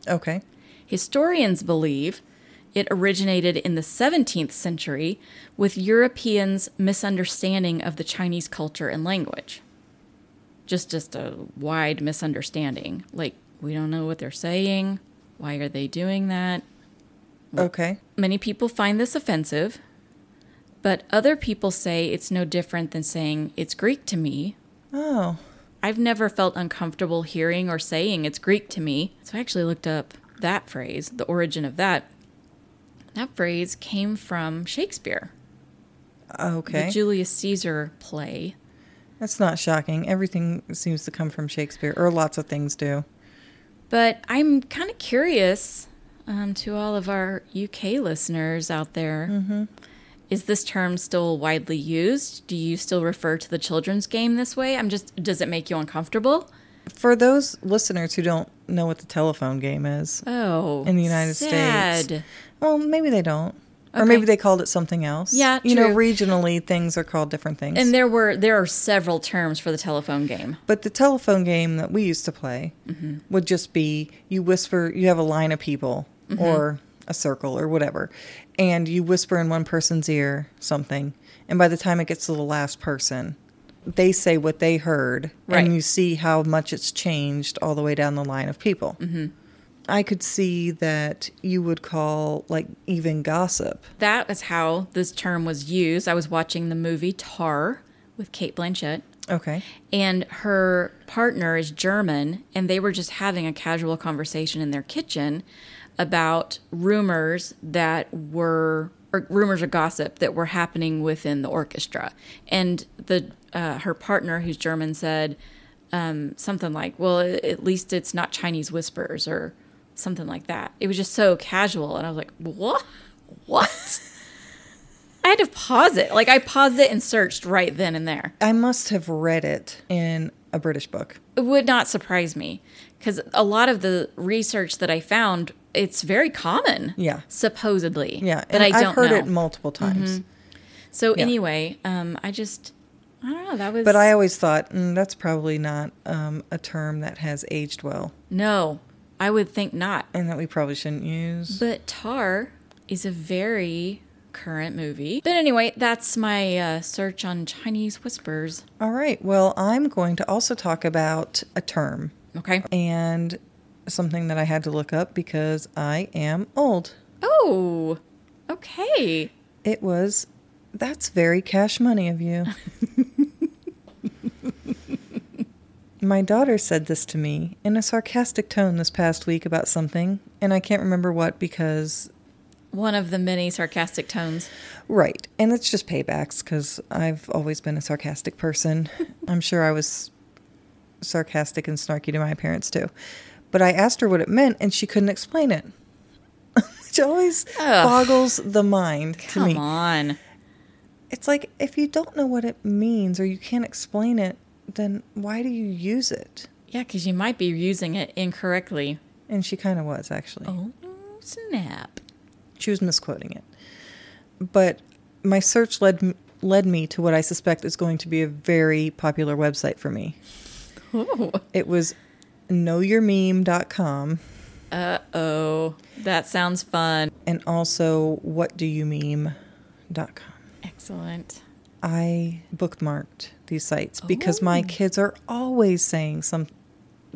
Speaker 2: Okay.
Speaker 1: Historians believe it originated in the 17th century with Europeans' misunderstanding of the Chinese culture and language. Just just a wide misunderstanding. Like we don't know what they're saying. Why are they doing that?
Speaker 2: Okay.
Speaker 1: Many people find this offensive, but other people say it's no different than saying it's Greek to me.
Speaker 2: Oh.
Speaker 1: I've never felt uncomfortable hearing or saying it's Greek to me. So I actually looked up that phrase, the origin of that. That phrase came from Shakespeare,
Speaker 2: Okay.
Speaker 1: the Julius Caesar play.
Speaker 2: That's not shocking. Everything seems to come from Shakespeare, or lots of things do.
Speaker 1: But I'm kind of curious um, to all of our UK listeners out there: is
Speaker 2: Mm-hmm.
Speaker 1: this term still widely used? Do you still refer to the children's game this way? I'm just, does it make you uncomfortable?
Speaker 2: For those listeners who don't know what the telephone game is,
Speaker 1: Oh,
Speaker 2: In the United
Speaker 1: States.
Speaker 2: well, maybe they don't. Or
Speaker 1: Okay.
Speaker 2: maybe they called it something else.
Speaker 1: Yeah,
Speaker 2: You know,
Speaker 1: true.
Speaker 2: regionally, things are called different things.
Speaker 1: And there were there are several terms for the telephone game.
Speaker 2: But the telephone game that we used to play
Speaker 1: Mm-hmm.
Speaker 2: would just be you whisper, you have a line of people
Speaker 1: Mm-hmm.
Speaker 2: or a circle or whatever, and you whisper in one person's ear something. And by the time it gets to the last person, they say what they heard,
Speaker 1: Right.
Speaker 2: and you see how much it's changed all the way down the line of people. Mm-hmm. I could see that you would call, like, even gossip.
Speaker 1: That is how this term was used. I was watching the movie Tar with Kate Blanchett.
Speaker 2: Okay.
Speaker 1: and her partner is German, and they were just having a casual conversation in their kitchen about rumors that were or rumors or gossip that were happening within the orchestra. And the uh, her partner, who's German, said um, something like, "Well, a- at least it's not Chinese whispers," or something like that. It was just so casual, and I was like, "What? What?" I had to pause it. Like I paused it and searched right then and there.
Speaker 2: I must have read it in a British book.
Speaker 1: It would not surprise me because a lot of the research that I found, it's very common.
Speaker 2: Yeah.
Speaker 1: Supposedly.
Speaker 2: Yeah.
Speaker 1: But I
Speaker 2: and
Speaker 1: don't
Speaker 2: I've heard
Speaker 1: know. Mm-hmm.
Speaker 2: it multiple times.
Speaker 1: so anyway, um, I just, I don't know. That was.
Speaker 2: But I always thought mm, that's probably not um, a term that has aged well,
Speaker 1: No, I would think not.
Speaker 2: and that we probably shouldn't use.
Speaker 1: But Tar is a very current movie. But anyway, that's my uh, search on Chinese whispers.
Speaker 2: All right. Well, I'm going to also talk about a term
Speaker 1: Okay.
Speaker 2: and something that I had to look up because I am old.
Speaker 1: Oh, okay.
Speaker 2: It was that's very cash money of you. My daughter said this to me in a sarcastic tone this past week about something, and I can't remember what because
Speaker 1: One of the many sarcastic tones.
Speaker 2: Right. And it's just paybacks because I've always been a sarcastic person. I'm sure I was sarcastic and snarky to my parents too. But I asked her what it meant and she couldn't explain it, which always
Speaker 1: Ugh.
Speaker 2: boggles the mind to
Speaker 1: Come
Speaker 2: me.
Speaker 1: on.
Speaker 2: It's like if you don't know what it means or you can't explain it, then why do you use it?
Speaker 1: Yeah, because you might be using it incorrectly.
Speaker 2: And she kind of was actually.
Speaker 1: Oh, snap.
Speaker 2: She was misquoting it. But my search led m- led me to what I suspect is going to be a very popular website for me.
Speaker 1: Oh.
Speaker 2: It was knowyourmeme.com
Speaker 1: Uh oh. That sounds fun.
Speaker 2: and also whatdoyoumeme.com.
Speaker 1: Excellent.
Speaker 2: I bookmarked these sites because my kids are always saying some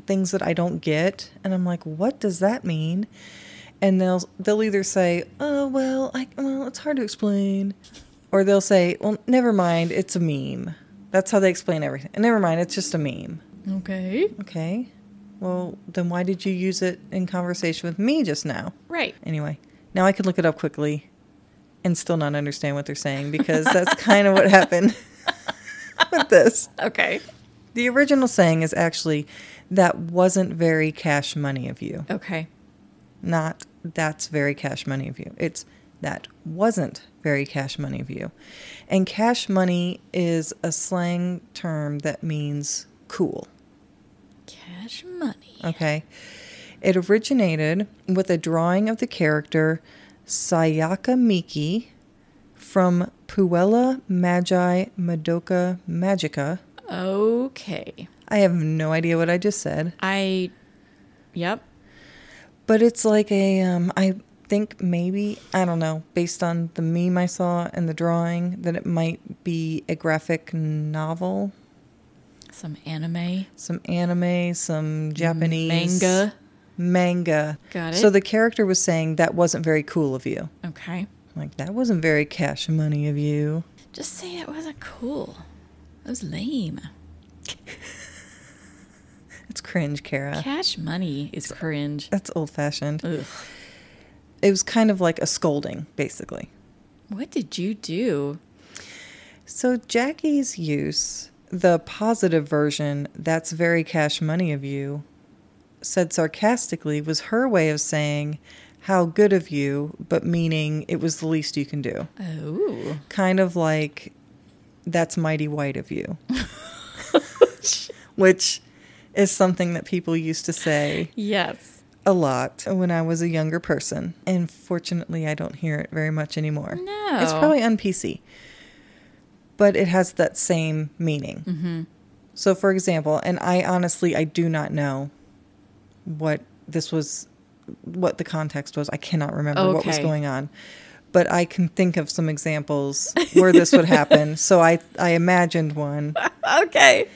Speaker 2: things that I don't get and I'm like, "What does that mean?" And they'll they'll either say, "Oh, well, I well, it's hard to explain." Or they'll say, "Well, never mind, it's a meme." That's how they explain everything. Never mind, it's just a meme.
Speaker 1: Okay.
Speaker 2: Okay. Well, then why did you use it in conversation with me just now?
Speaker 1: Right.
Speaker 2: Anyway, now I can look it up quickly and still not understand what they're saying because that's kind of what happened with this.
Speaker 1: Okay.
Speaker 2: The original saying is actually, that wasn't very cash money of you.
Speaker 1: Okay.
Speaker 2: Not, that's very cash money of you. It's, that wasn't very cash money view. And cash money is a slang term that means cool.
Speaker 1: Cash money.
Speaker 2: Okay. It originated with a drawing of the character Sayaka Miki from Puella Magi Madoka Magica.
Speaker 1: Okay.
Speaker 2: I have no idea what I just said,
Speaker 1: I. Yep.
Speaker 2: but it's like a, um, I think maybe, I don't know, based on the meme I saw and the drawing, that it might be a graphic novel,
Speaker 1: Some anime.
Speaker 2: some anime, some Japanese
Speaker 1: Manga.
Speaker 2: Manga.
Speaker 1: Got
Speaker 2: So
Speaker 1: it.
Speaker 2: the character was saying that wasn't very cool of you.
Speaker 1: Okay.
Speaker 2: Like, that wasn't very cash money of you.
Speaker 1: Just say it wasn't cool. That was lame.
Speaker 2: It's cringe, Kara.
Speaker 1: Cash money is cringe.
Speaker 2: That's old fashioned.
Speaker 1: Ugh.
Speaker 2: It was kind of like a scolding, basically.
Speaker 1: What did you do?
Speaker 2: So, Jackie's use, the positive version, that's very cash money of you, said sarcastically, was her way of saying, how good of you, but meaning it was the least you can do.
Speaker 1: Oh.
Speaker 2: Kind of like, that's mighty white of you, which is something that people used to say
Speaker 1: yes.
Speaker 2: a lot when I was a younger person. And fortunately, I don't hear it very much anymore.
Speaker 1: No.
Speaker 2: It's probably on PC, but it has that same meaning. Mm-hmm. So, for example, and I honestly, I do not know what this was, what the context was. I cannot remember what was
Speaker 1: Okay.
Speaker 2: going on. But I can think of some examples where this would happen. So I, I imagined one.
Speaker 1: Okay.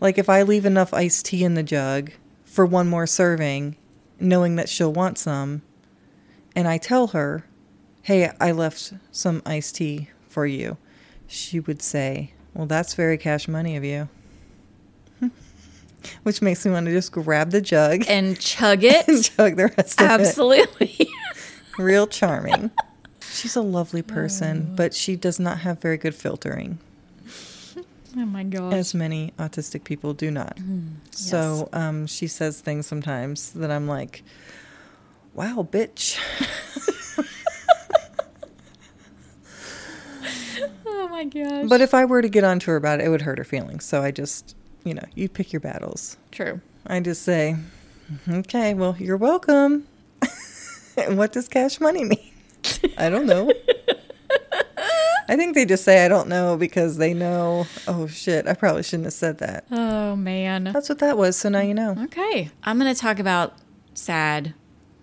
Speaker 2: Like if I leave enough iced tea in the jug for one more serving, knowing that she'll want some, and I tell her, "Hey, I left some iced tea for you." She would say, "Well, that's very cash money of you." Which makes me want to just grab the jug
Speaker 1: And chug it.
Speaker 2: and chug the rest of
Speaker 1: Absolutely.
Speaker 2: it. Real charming. She's a lovely person, but she does not have very good filtering.
Speaker 1: oh my gosh.
Speaker 2: as many autistic people do not.
Speaker 1: Mm-hmm.
Speaker 2: So um, she says things sometimes that I'm like, wow, bitch.
Speaker 1: oh my gosh.
Speaker 2: But if I were to get onto her about it, it would hurt her feelings. So I just, you know, you pick your battles.
Speaker 1: True.
Speaker 2: I just say, okay, well, you're welcome. and what does cash money mean? I don't know. I think they just say, I don't know, because they know, oh shit, I probably shouldn't have said that.
Speaker 1: Oh man.
Speaker 2: That's what that was. So now you
Speaker 1: Mm-hmm.
Speaker 2: know.
Speaker 1: Okay. I'm going to talk about sad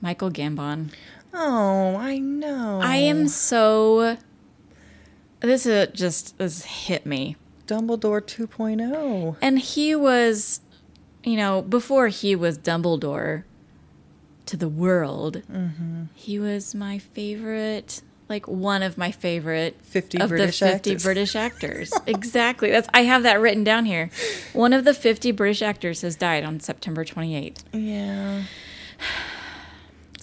Speaker 1: Michael Gambon.
Speaker 2: Oh, I know.
Speaker 1: I am so. This is just this hit me.
Speaker 2: Dumbledore oh. 2.0.
Speaker 1: And he was, you know, before he was Dumbledore to the world,
Speaker 2: Mm-hmm.
Speaker 1: he was my favorite, like one of my favorite
Speaker 2: 50
Speaker 1: of
Speaker 2: British
Speaker 1: the 50
Speaker 2: actors.
Speaker 1: British actors. exactly. That's I have that written down here. One of the 50 British actors has died on September 28th.
Speaker 2: Yeah.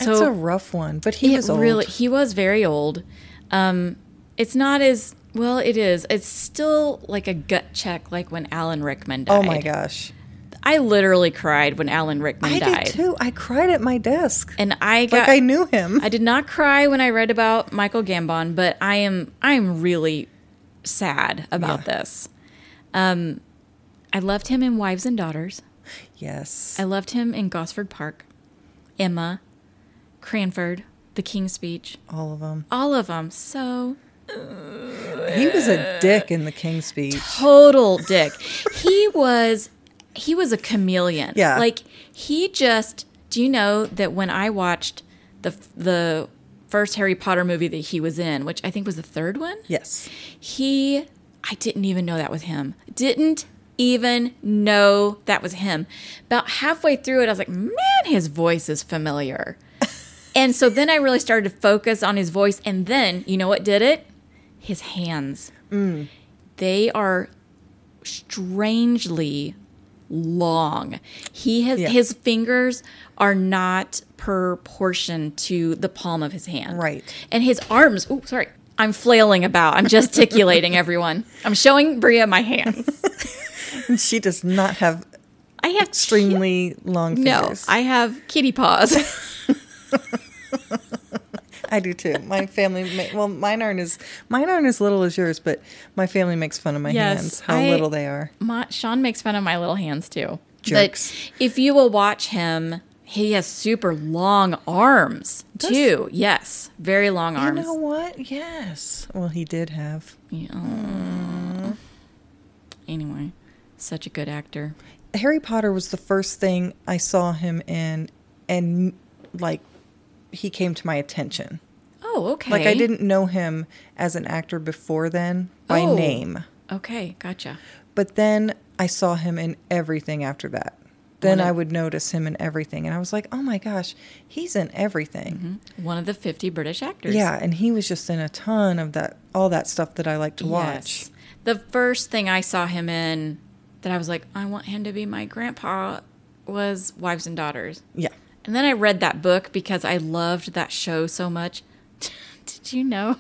Speaker 1: So
Speaker 2: That's a rough one, but he
Speaker 1: It
Speaker 2: was old.
Speaker 1: really he was very old um it's not as well it is it's still like a gut check like when alan rickman died
Speaker 2: oh my gosh.
Speaker 1: i literally cried when alan rickman
Speaker 2: I
Speaker 1: died
Speaker 2: did too. I cried at my desk.
Speaker 1: and i got
Speaker 2: like I knew him.
Speaker 1: I did not cry when I read about Michael Gambon, but I am I am really sad about this. Um, I loved him in Wives and Daughters.
Speaker 2: yes.
Speaker 1: I loved him in Gosford Park, Emma, Cranford, The King's Speech,
Speaker 2: all of them.
Speaker 1: all of them. So
Speaker 2: He was a dick in the King's speech.
Speaker 1: total dick. he was he was a chameleon.
Speaker 2: Yeah.
Speaker 1: Like he just do you know that when I watched the the first Harry Potter movie that he was in, which I think was the third one?
Speaker 2: Yes.
Speaker 1: He I didn't even know that was him. Didn't even know that was him. About halfway through it I was like, "Man, his voice is familiar." and so then I really started to focus on his voice and then, you know what did it? His hands they are strangely long. He has
Speaker 2: Yeah.
Speaker 1: his fingers are not proportioned to the palm of his hand.
Speaker 2: Right.
Speaker 1: And his arms, oh sorry. I'm flailing about. I'm gesticulating everyone. I'm showing Bria my hands.
Speaker 2: And she does not have
Speaker 1: I have
Speaker 2: extremely long
Speaker 1: no,
Speaker 2: fingers.
Speaker 1: I have kitty paws.
Speaker 2: I, I do too. My family, ma- well, mine aren't as mine aren't as little as yours, but my family makes fun of my
Speaker 1: Yes,
Speaker 2: hands, how
Speaker 1: I-
Speaker 2: little they are.
Speaker 1: My, Sean makes fun of my little hands too.
Speaker 2: Jerks.
Speaker 1: But if you will watch him, he has super long arms
Speaker 2: Does-
Speaker 1: too. Yes, very long arms.
Speaker 2: You know what? Yes. Well, he did have.
Speaker 1: Yeah. Anyway, such a good actor.
Speaker 2: Harry Potter was the first thing I saw him in, and like he came to my attention.
Speaker 1: Oh, okay.
Speaker 2: Like I didn't know him as an actor before then by
Speaker 1: Oh.
Speaker 2: name,
Speaker 1: Okay, gotcha.
Speaker 2: but then I saw him in everything after that. Then
Speaker 1: Wanna-
Speaker 2: I would notice him in everything, and I was like, "Oh my gosh, he's in everything."
Speaker 1: One of the 50 British actors.
Speaker 2: Yeah, and he was just in a ton of that, all that stuff that I like to watch.
Speaker 1: Yes. The first thing I saw him in that I was like, I want him to be my grandpa was Wives and Daughters.
Speaker 2: Yeah.
Speaker 1: And then I read that book because I loved that show so much. Did you know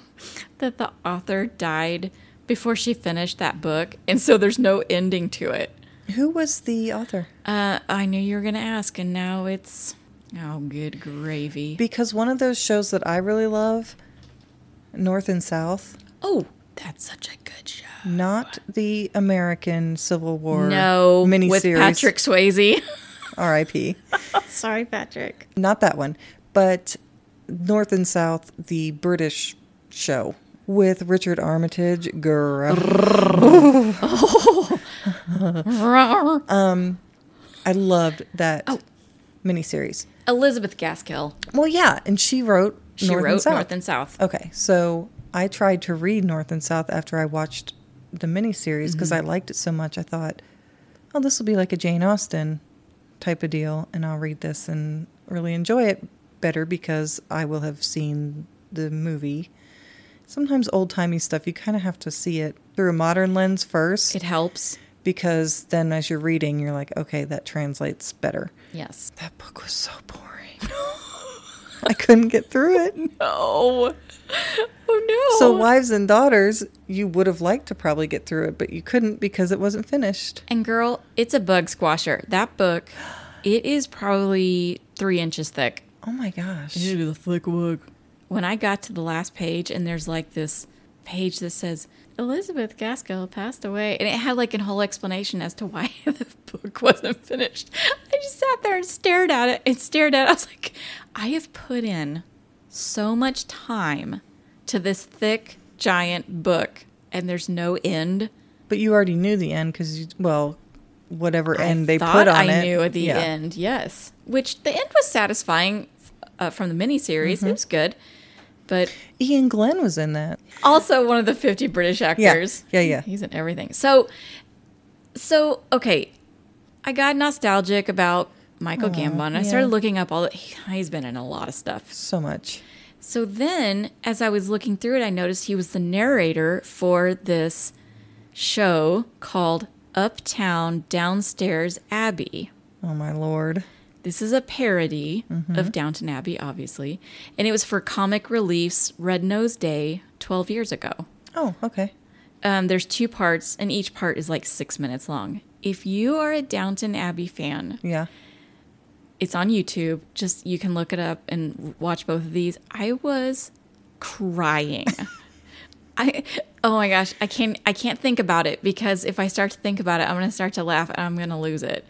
Speaker 1: that the author died before she finished that book? And so there's no ending to it.
Speaker 2: Who was the author?
Speaker 1: Uh, I knew you were going to ask, and now it's. Oh, good gravy.
Speaker 2: Because one of those shows that I really love, North and South,
Speaker 1: oh, that's such a good show.
Speaker 2: not the American Civil War
Speaker 1: No,
Speaker 2: miniseries.
Speaker 1: with Patrick Swayze.
Speaker 2: R.I.P.
Speaker 1: Sorry, Patrick.
Speaker 2: not that one, but North and South, the British show with Richard Armitage. Grr. I loved that
Speaker 1: Oh.
Speaker 2: miniseries.
Speaker 1: Elizabeth Gaskell.
Speaker 2: Well, yeah, and she wrote
Speaker 1: She
Speaker 2: North
Speaker 1: wrote
Speaker 2: and South.
Speaker 1: North and South.
Speaker 2: Okay, so I tried to read North and South after I watched the miniseries because I liked it so much. I thought, oh, this will be like a Jane Austen type of deal, and I'll read this and really enjoy it better because I will have seen the movie. Sometimes old timey stuff, you kind of have to see it through a modern lens first
Speaker 1: It helps.
Speaker 2: because then as you're reading, you're like, okay, that translates better.
Speaker 1: Yes.
Speaker 2: That book was so boring. I couldn't get through it.
Speaker 1: No. Oh no.
Speaker 2: So, wives and daughters, you would have liked to probably get through it, but you couldn't because it wasn't finished.
Speaker 1: And girl, it's a bug squasher. That book, it is probably three inches thick.
Speaker 2: Oh my gosh.
Speaker 1: the thick book. When I got to the last page, and there's like this page that says Elizabeth Gaskell passed away, and it had like a whole explanation as to why the book wasn't finished. I just sat there and stared at it and stared at. it. I was like, I have put in so much time to this thick giant book, and there's no end.
Speaker 2: But you already knew the end because, well, whatever end they
Speaker 1: thought
Speaker 2: put on
Speaker 1: I
Speaker 2: it.
Speaker 1: knew at the
Speaker 2: yeah.
Speaker 1: end, yes. Which the end was satisfying uh, from the miniseries.
Speaker 2: Mm-hmm.
Speaker 1: It was good. But
Speaker 2: Ian Glenn was in that.
Speaker 1: also one of the 50 British actors.
Speaker 2: Yeah, yeah.
Speaker 1: He's in everything. So, so okay. I got nostalgic about Michael Gambon. I started looking up all the, he- he's been in a lot of stuff.
Speaker 2: So much.
Speaker 1: So then, as I was looking through it, I noticed he was the narrator for this show called Uptown Downstairs Abbey.
Speaker 2: Oh my lord.
Speaker 1: This is a parody
Speaker 2: Mm-hmm.
Speaker 1: of Downton Abbey, obviously, and it was for Comic Relief's Red Nose Day 12 years ago.
Speaker 2: Oh, okay.
Speaker 1: Um, there's two parts, and each part is like six minutes long. If you are a Downton Abbey fan,
Speaker 2: Yeah.
Speaker 1: it's on YouTube. Just you can look it up and watch both of these. I was crying. I oh my gosh, I can't I can't think about it because if I start to think about it, I'm gonna start to laugh and I'm gonna lose it.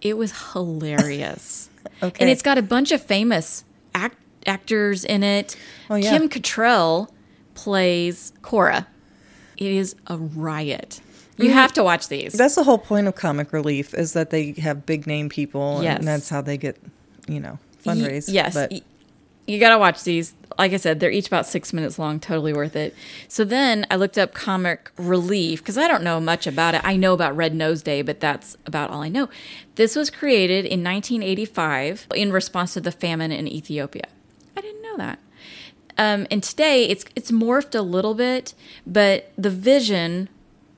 Speaker 1: It was hilarious.
Speaker 2: Okay.
Speaker 1: And it's got a bunch of famous act- actors in it.
Speaker 2: Oh, yeah.
Speaker 1: Kim Cattrall plays Cora. It is a riot. You
Speaker 2: Mm-hmm.
Speaker 1: have to watch these.
Speaker 2: That's the whole point of comic relief is that they have big name people,
Speaker 1: Yes.
Speaker 2: and that's how they get, you know,
Speaker 1: Ye-
Speaker 2: fundraised.
Speaker 1: yes.
Speaker 2: But
Speaker 1: y- you got to watch these. Like I said, they're each about six minutes long. Totally worth it. So then I looked up Comic Relief because I don't know much about it. I know about Red Nose Day, but that's about all I know. This was created in 1985 in response to the famine in Ethiopia. I didn't know that. Um, and today it's it's morphed a little bit, but the vision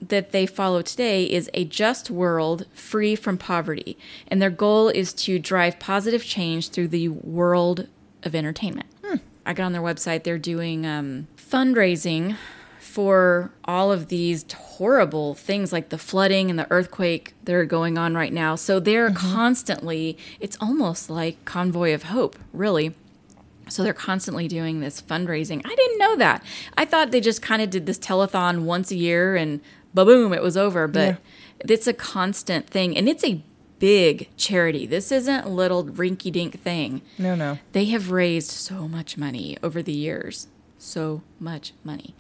Speaker 1: that they follow today is a just world free from poverty. And their goal is to drive positive change through the world of entertainment. I got on their website, they're doing um, fundraising for all of these horrible things like the flooding and the earthquake that are going on right now. So they're constantly, it's almost like Convoy of Hope, really So they're constantly doing this fundraising. I didn't know that. I thought they just kind of did this telethon once a year and ba boom, it was over. But it's a constant thing. And it's a big charity. This isn't a little rinky dink thing.
Speaker 2: No, no.
Speaker 1: They have raised so much money over the years. So much money.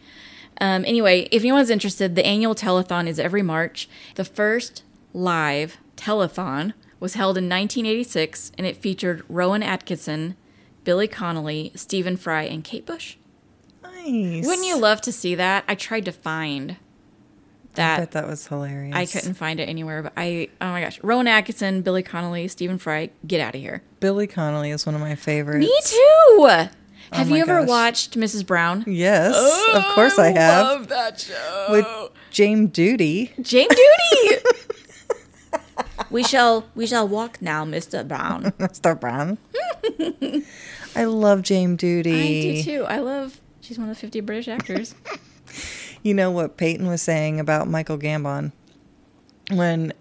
Speaker 1: Um, anyway, if anyone's interested, the annual telethon is every March. The first live telethon was held in 1986 and it featured Rowan Atkinson, Billy Connolly, Stephen Fry, and Kate Bush.
Speaker 2: Nice.
Speaker 1: Wouldn't you love to see that? I tried to find
Speaker 2: I
Speaker 1: that.
Speaker 2: bet that was hilarious.
Speaker 1: I couldn't find it anywhere, but I, oh my gosh. Rowan Atkinson, Billy Connolly, Stephen Fry, get out of here.
Speaker 2: Billy Connolly is one of my favorites.
Speaker 1: Me too. Have
Speaker 2: Oh my
Speaker 1: you ever
Speaker 2: gosh.
Speaker 1: watched Mrs. Brown?
Speaker 2: Yes, of course
Speaker 1: Oh,
Speaker 2: I have.
Speaker 1: love that show.
Speaker 2: With James Duty.
Speaker 1: Jane Duty. we shall we shall walk now, Mr. Brown.
Speaker 2: That's the brand. I love James Duty.
Speaker 1: I do too. I love she's one of the 50 British actors.
Speaker 2: You know what Peyton was saying about Michael Gambon when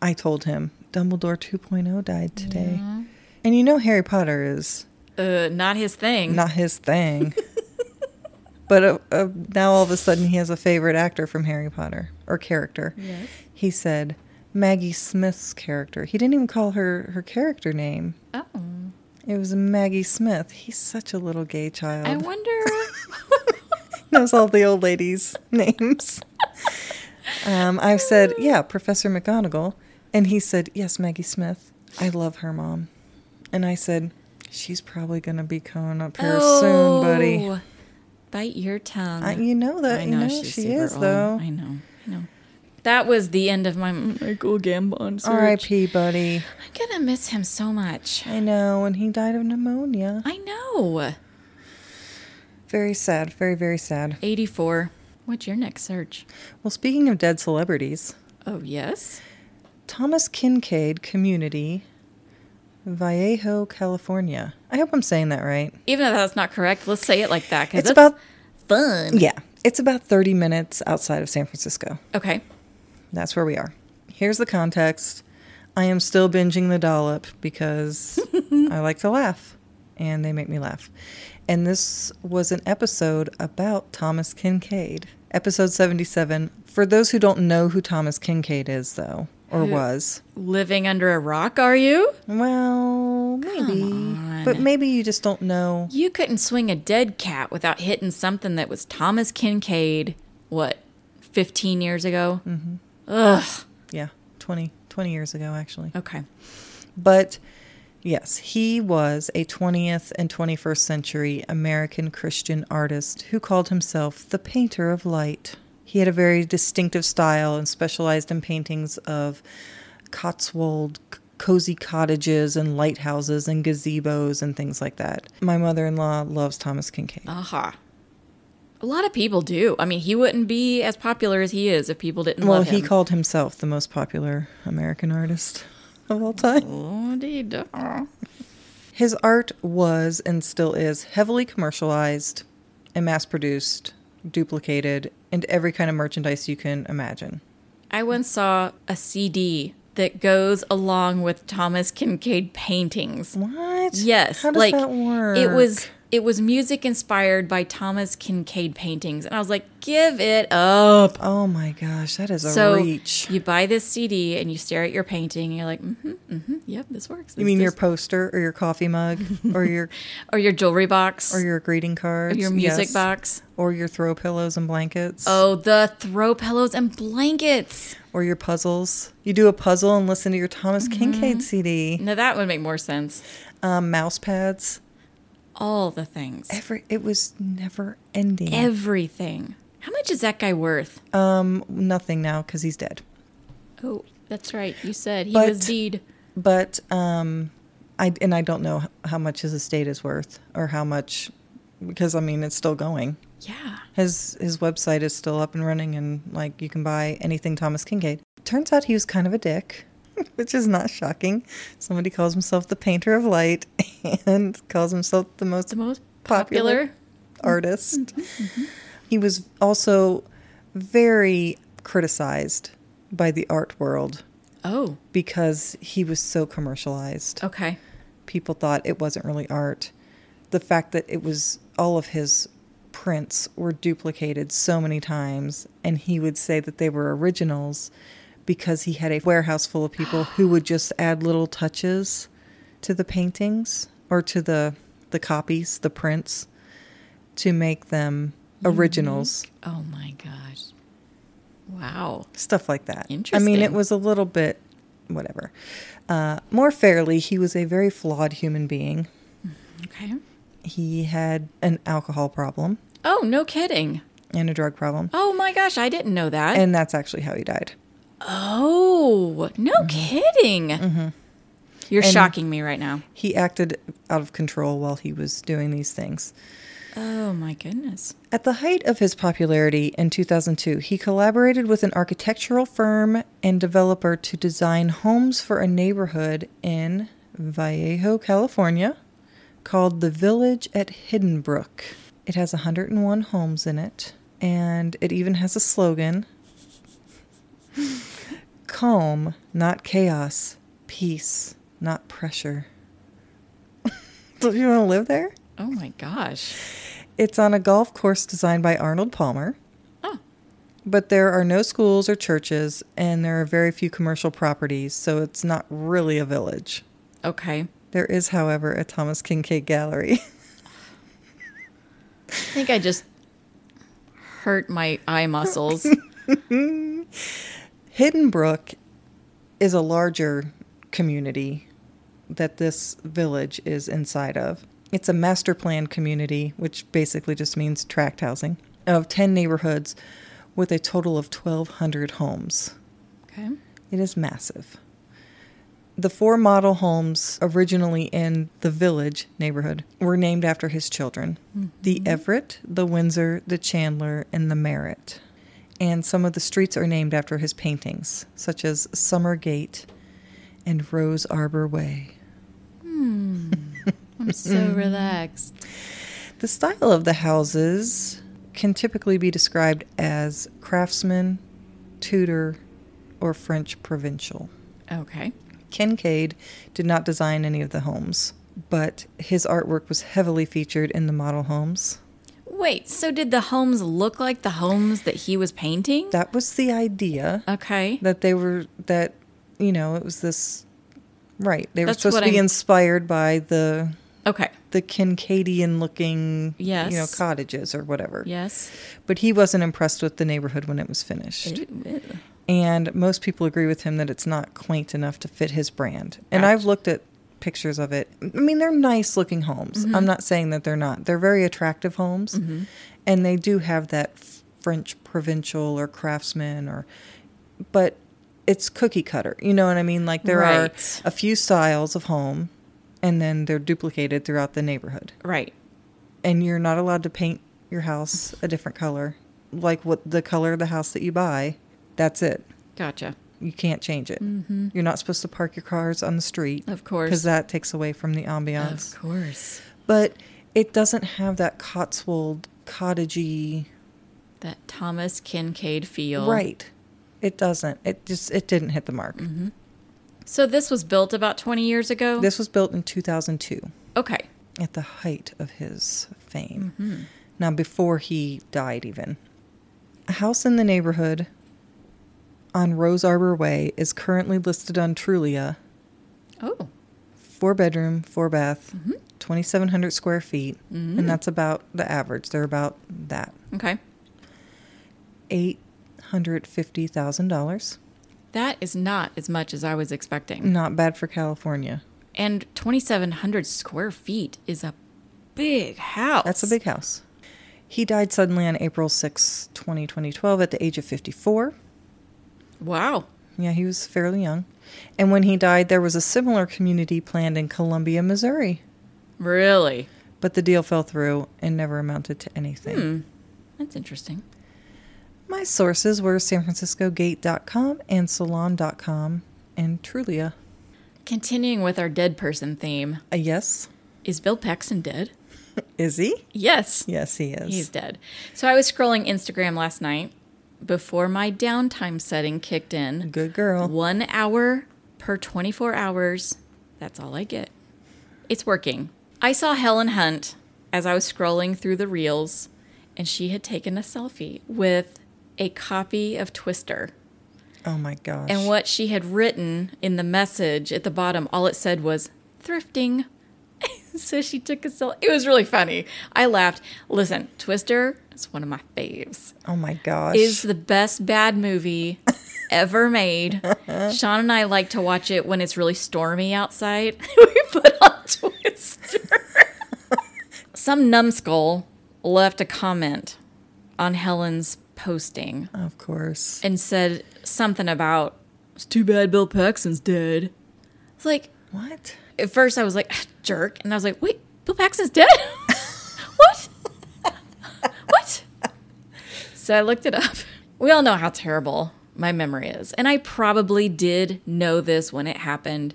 Speaker 2: I told him Dumbledore 2.0 died today. And you know Harry Potter is
Speaker 1: uh, not his thing.
Speaker 2: not his thing. but uh, uh, now all of a sudden he has a favorite actor from Harry Potter or character.
Speaker 1: Yes.
Speaker 2: He said Maggie Smith's character. He didn't even call her her character name.
Speaker 1: oh,
Speaker 2: It was Maggie Smith. He's such a little gay child.
Speaker 1: I wonder.
Speaker 2: knows all the old ladies' names. Um, I've said, yeah, Professor McGonagall. And he said, yes, Maggie Smith. I love her mom. And I said, she's probably going to be coming up here soon, buddy.
Speaker 1: Oh, um, Bite your tongue.
Speaker 2: I, you know that. you know she
Speaker 1: super
Speaker 2: is,
Speaker 1: old.
Speaker 2: though.
Speaker 1: I know. I know. That was the end of my Michael Gambon search.
Speaker 2: R.I.P., buddy.
Speaker 1: I'm gonna miss him so much.
Speaker 2: I know. And he died of pneumonia.
Speaker 1: I know.
Speaker 2: Very sad. Very, very sad.
Speaker 1: 84. What's your next search?
Speaker 2: Well, speaking of dead celebrities,
Speaker 1: Oh, yes.
Speaker 2: Thomas Kincaid Community, Vallejo, California. I hope I'm saying that right.
Speaker 1: Even if that's not correct, let's say it like that because it's
Speaker 2: It's about
Speaker 1: fun.
Speaker 2: Yeah, it's about 30 minutes outside of San Francisco.
Speaker 1: Okay.
Speaker 2: That's where we are. Here's the context I am still binging the dollop because I like to laugh and they make me laugh. And this was an episode about Thomas Kincaid, episode 77. For those who don't know who Thomas Kincaid is, though, or was,
Speaker 1: Living under a rock, are you?
Speaker 2: well, maybe. But
Speaker 1: on.
Speaker 2: maybe you just don't know.
Speaker 1: You couldn't swing a dead cat without hitting something that was Thomas Kincaid, what, 15 years ago? Mm-hmm. Ugh.
Speaker 2: Yeah, 20, 20 years ago, actually.
Speaker 1: Okay.
Speaker 2: But yes, he was a 20th and 21st century American Christian artist who called himself the painter of light. He had a very distinctive style and specialized in paintings of Cotswold c- cozy cottages and lighthouses and gazebos and things like that. My mother-in-law loves Thomas Kincaid.
Speaker 1: Aha. A lot of people do. I mean, he wouldn't be as popular as he is if people didn't
Speaker 2: well,
Speaker 1: love him.
Speaker 2: he called himself the most popular American artist of all time.
Speaker 1: Oh, indeed.
Speaker 2: His art was and still is heavily commercialized and mass produced, duplicated, and every kind of merchandise you can imagine.
Speaker 1: I once saw a CD that goes along with Thomas Kincaid paintings.
Speaker 2: What?
Speaker 1: Yes,
Speaker 2: How does
Speaker 1: like
Speaker 2: that work?
Speaker 1: it was it was music inspired by Thomas Kincaid paintings, and I was like, give it up.
Speaker 2: Oh my gosh, that is a
Speaker 1: So
Speaker 2: reach.
Speaker 1: you buy this CD and you stare at your painting, and you're like, mm-hmm, mm-hmm, yep, this works.
Speaker 2: You mean your poster or your coffee mug or your
Speaker 1: or your jewelry box
Speaker 2: or your greeting cards,
Speaker 1: your music
Speaker 2: Yes.
Speaker 1: box?
Speaker 2: or your throw pillows and blankets,
Speaker 1: Oh, the throw pillows and blankets.
Speaker 2: or your puzzles. You do a puzzle and listen to your Thomas
Speaker 1: Mm-hmm.
Speaker 2: Kincaid CD,
Speaker 1: Now that would make more sense.
Speaker 2: um, mouse pads.
Speaker 1: All the things,
Speaker 2: Every it was never ending.
Speaker 1: everything. How much is that guy worth?
Speaker 2: um, nothing now because he's dead.
Speaker 1: Oh, that's right. You said he
Speaker 2: But-
Speaker 1: was deed.
Speaker 2: but um i and i don't know how much his estate is worth or how much because i mean it's still going
Speaker 1: Yeah.
Speaker 2: his his website is still up and running and like you can buy anything thomas kincaid turns out he was kind of a dick which is not shocking somebody calls himself the painter of light and calls himself the most
Speaker 1: The most popular.
Speaker 2: Popular.
Speaker 1: Mm-hmm.
Speaker 2: artist. He was also very criticized by the art world
Speaker 1: Oh,
Speaker 2: because he was so commercialized
Speaker 1: okay.
Speaker 2: people thought it wasn't really art. the fact that it was all of his prints were duplicated so many times, and he would say that they were originals because he had a warehouse full of people who would just add little touches to the paintings or to the the copies, the prints, to make them originals,
Speaker 1: Oh my gosh. Wow.
Speaker 2: stuff like that. I mean,
Speaker 1: Interesting.
Speaker 2: it was a little bit whatever. Uh, more fairly, he was a very flawed human being.
Speaker 1: Okay.
Speaker 2: He had an alcohol problem
Speaker 1: Oh, no kidding.
Speaker 2: and a drug problem,
Speaker 1: Oh my gosh, I didn't know that.
Speaker 2: and that's actually how he died.
Speaker 1: oh, no kidding. You're
Speaker 2: Mm-hmm. And-
Speaker 1: shocking me right now.
Speaker 2: He acted out of control while he was doing these things.
Speaker 1: Oh my goodness.
Speaker 2: At the height of his popularity in 2002, he collaborated with an architectural firm and developer to design homes for a neighborhood in Vallejo, California, called The Village at Hidden Brook. It has 101 homes in it, and it even has a slogan Calm, not chaos, peace, not pressure. Don't you want to live there?
Speaker 1: Oh my gosh.
Speaker 2: It's on a golf course designed by Arnold Palmer,
Speaker 1: Oh,
Speaker 2: but there are no schools or churches, and there are very few commercial properties, so it's not really a village.
Speaker 1: okay.
Speaker 2: There is, however, a Thomas Kincaid gallery.
Speaker 1: I think I just hurt my eye muscles.
Speaker 2: Hidden Brook is a larger community that this village is inside of. It's a master plan community, which basically just means tract housing, of 10 neighborhoods with a total of 1,200 homes.
Speaker 1: okay.
Speaker 2: It is massive. The four model homes originally in the village neighborhood were named after his children the Everett, the Windsor, the Chandler, and the Merritt. And some of the streets are named after his paintings, such as Summergate and Rose Arbor Way.
Speaker 1: I'm
Speaker 2: Mm-hmm.
Speaker 1: so relaxed.
Speaker 2: The style of the houses can typically be described as craftsman, Tudor, or French provincial.
Speaker 1: Okay.
Speaker 2: Kincaid did not design any of the homes, but his artwork was heavily featured in the model homes.
Speaker 1: Wait, so did the homes look like the homes that he was painting?
Speaker 2: That was the idea
Speaker 1: Okay.
Speaker 2: that they were that you know it was this right they were
Speaker 1: That's
Speaker 2: supposed to
Speaker 1: what
Speaker 2: be
Speaker 1: I'm-
Speaker 2: inspired by the
Speaker 1: Okay.
Speaker 2: the Kincaidian looking
Speaker 1: Yes.
Speaker 2: you know cottages or whatever.
Speaker 1: Yes.
Speaker 2: But he wasn't impressed with the neighborhood when it was finished. and most people agree with him that it's not quaint enough to fit his brand. And
Speaker 1: Gotcha.
Speaker 2: I've looked at pictures of it. I mean, they're nice looking homes. I'm not saying that they're not. They're very attractive homes, and they do have that f- French provincial or craftsman or, but it's cookie cutter. You know what I mean? Like there are
Speaker 1: Right.
Speaker 2: a few styles of home, and then they're duplicated throughout the neighborhood
Speaker 1: Right.
Speaker 2: and you're not allowed to paint your house a different color like what the color of the house that you buy that's it
Speaker 1: Gotcha.
Speaker 2: you can't change it you're not supposed to park your cars on the street
Speaker 1: Mm-hmm. Of course.
Speaker 2: because that takes away from the ambiance
Speaker 1: Of course.
Speaker 2: but it doesn't have that cotswold cottagey
Speaker 1: That Thomas Kincaid feel.
Speaker 2: right it doesn't it just it didn't hit the mark
Speaker 1: Mm-hmm. So this was built about 20 years ago?
Speaker 2: this was built in 2002
Speaker 1: Okay. Mm-hmm.
Speaker 2: at the height of his fame.
Speaker 1: Mm.
Speaker 2: Now, before he died, even. A house in the neighborhood on Rose Arbor Way is currently listed on Trulia.
Speaker 1: Oh.
Speaker 2: Four bedroom, four bath, 2,700 square feet. And that's about the average. They're about that.
Speaker 1: Okay.
Speaker 2: $850,000.
Speaker 1: That is not as much as I was expecting.
Speaker 2: Not bad for California.
Speaker 1: And 2,700 square feet is a big house.
Speaker 2: That's a big house. He died suddenly on April 6, 2012, at the age of 54.
Speaker 1: Wow.
Speaker 2: Yeah, he was fairly young. And when he died, there was a similar community planned in Columbia, Missouri.
Speaker 1: Really?
Speaker 2: But the deal fell through and never amounted to anything.
Speaker 1: That's interesting.
Speaker 2: My sources were sanfranciscogate.com and salon.com and Trulia.
Speaker 1: Continuing with our dead person theme,
Speaker 2: A yes?
Speaker 1: is Bill Paxton dead?
Speaker 2: Is he?
Speaker 1: Yes.
Speaker 2: Yes, he is.
Speaker 1: He's dead. So I was scrolling Instagram last night before my downtime setting kicked in.
Speaker 2: Good girl.
Speaker 1: One hour per 24 hours. That's all I get. It's working. I saw Helen Hunt as I was scrolling through the reels, and she had taken a selfie with a copy of Twister.
Speaker 2: Oh my gosh.
Speaker 1: And what she had written in the message at the bottom, all it said was thrifting. so she took a selfie. It was really funny. I laughed. Listen, Twister is one of my faves.
Speaker 2: Oh my gosh.
Speaker 1: Is the best bad movie ever made. Sean and I like to watch it when it's really stormy outside. we put on Twister. Some numbskull left a comment on Helen's posting
Speaker 2: of course.
Speaker 1: and said something about it's too bad Bill Paxton's dead. It's like
Speaker 2: What?
Speaker 1: at first I was like "Ah, jerk, and I was like, wait, Bill Paxton's dead. what? what? So I looked it up. We all know how terrible my memory is, and I probably did know this when it happened,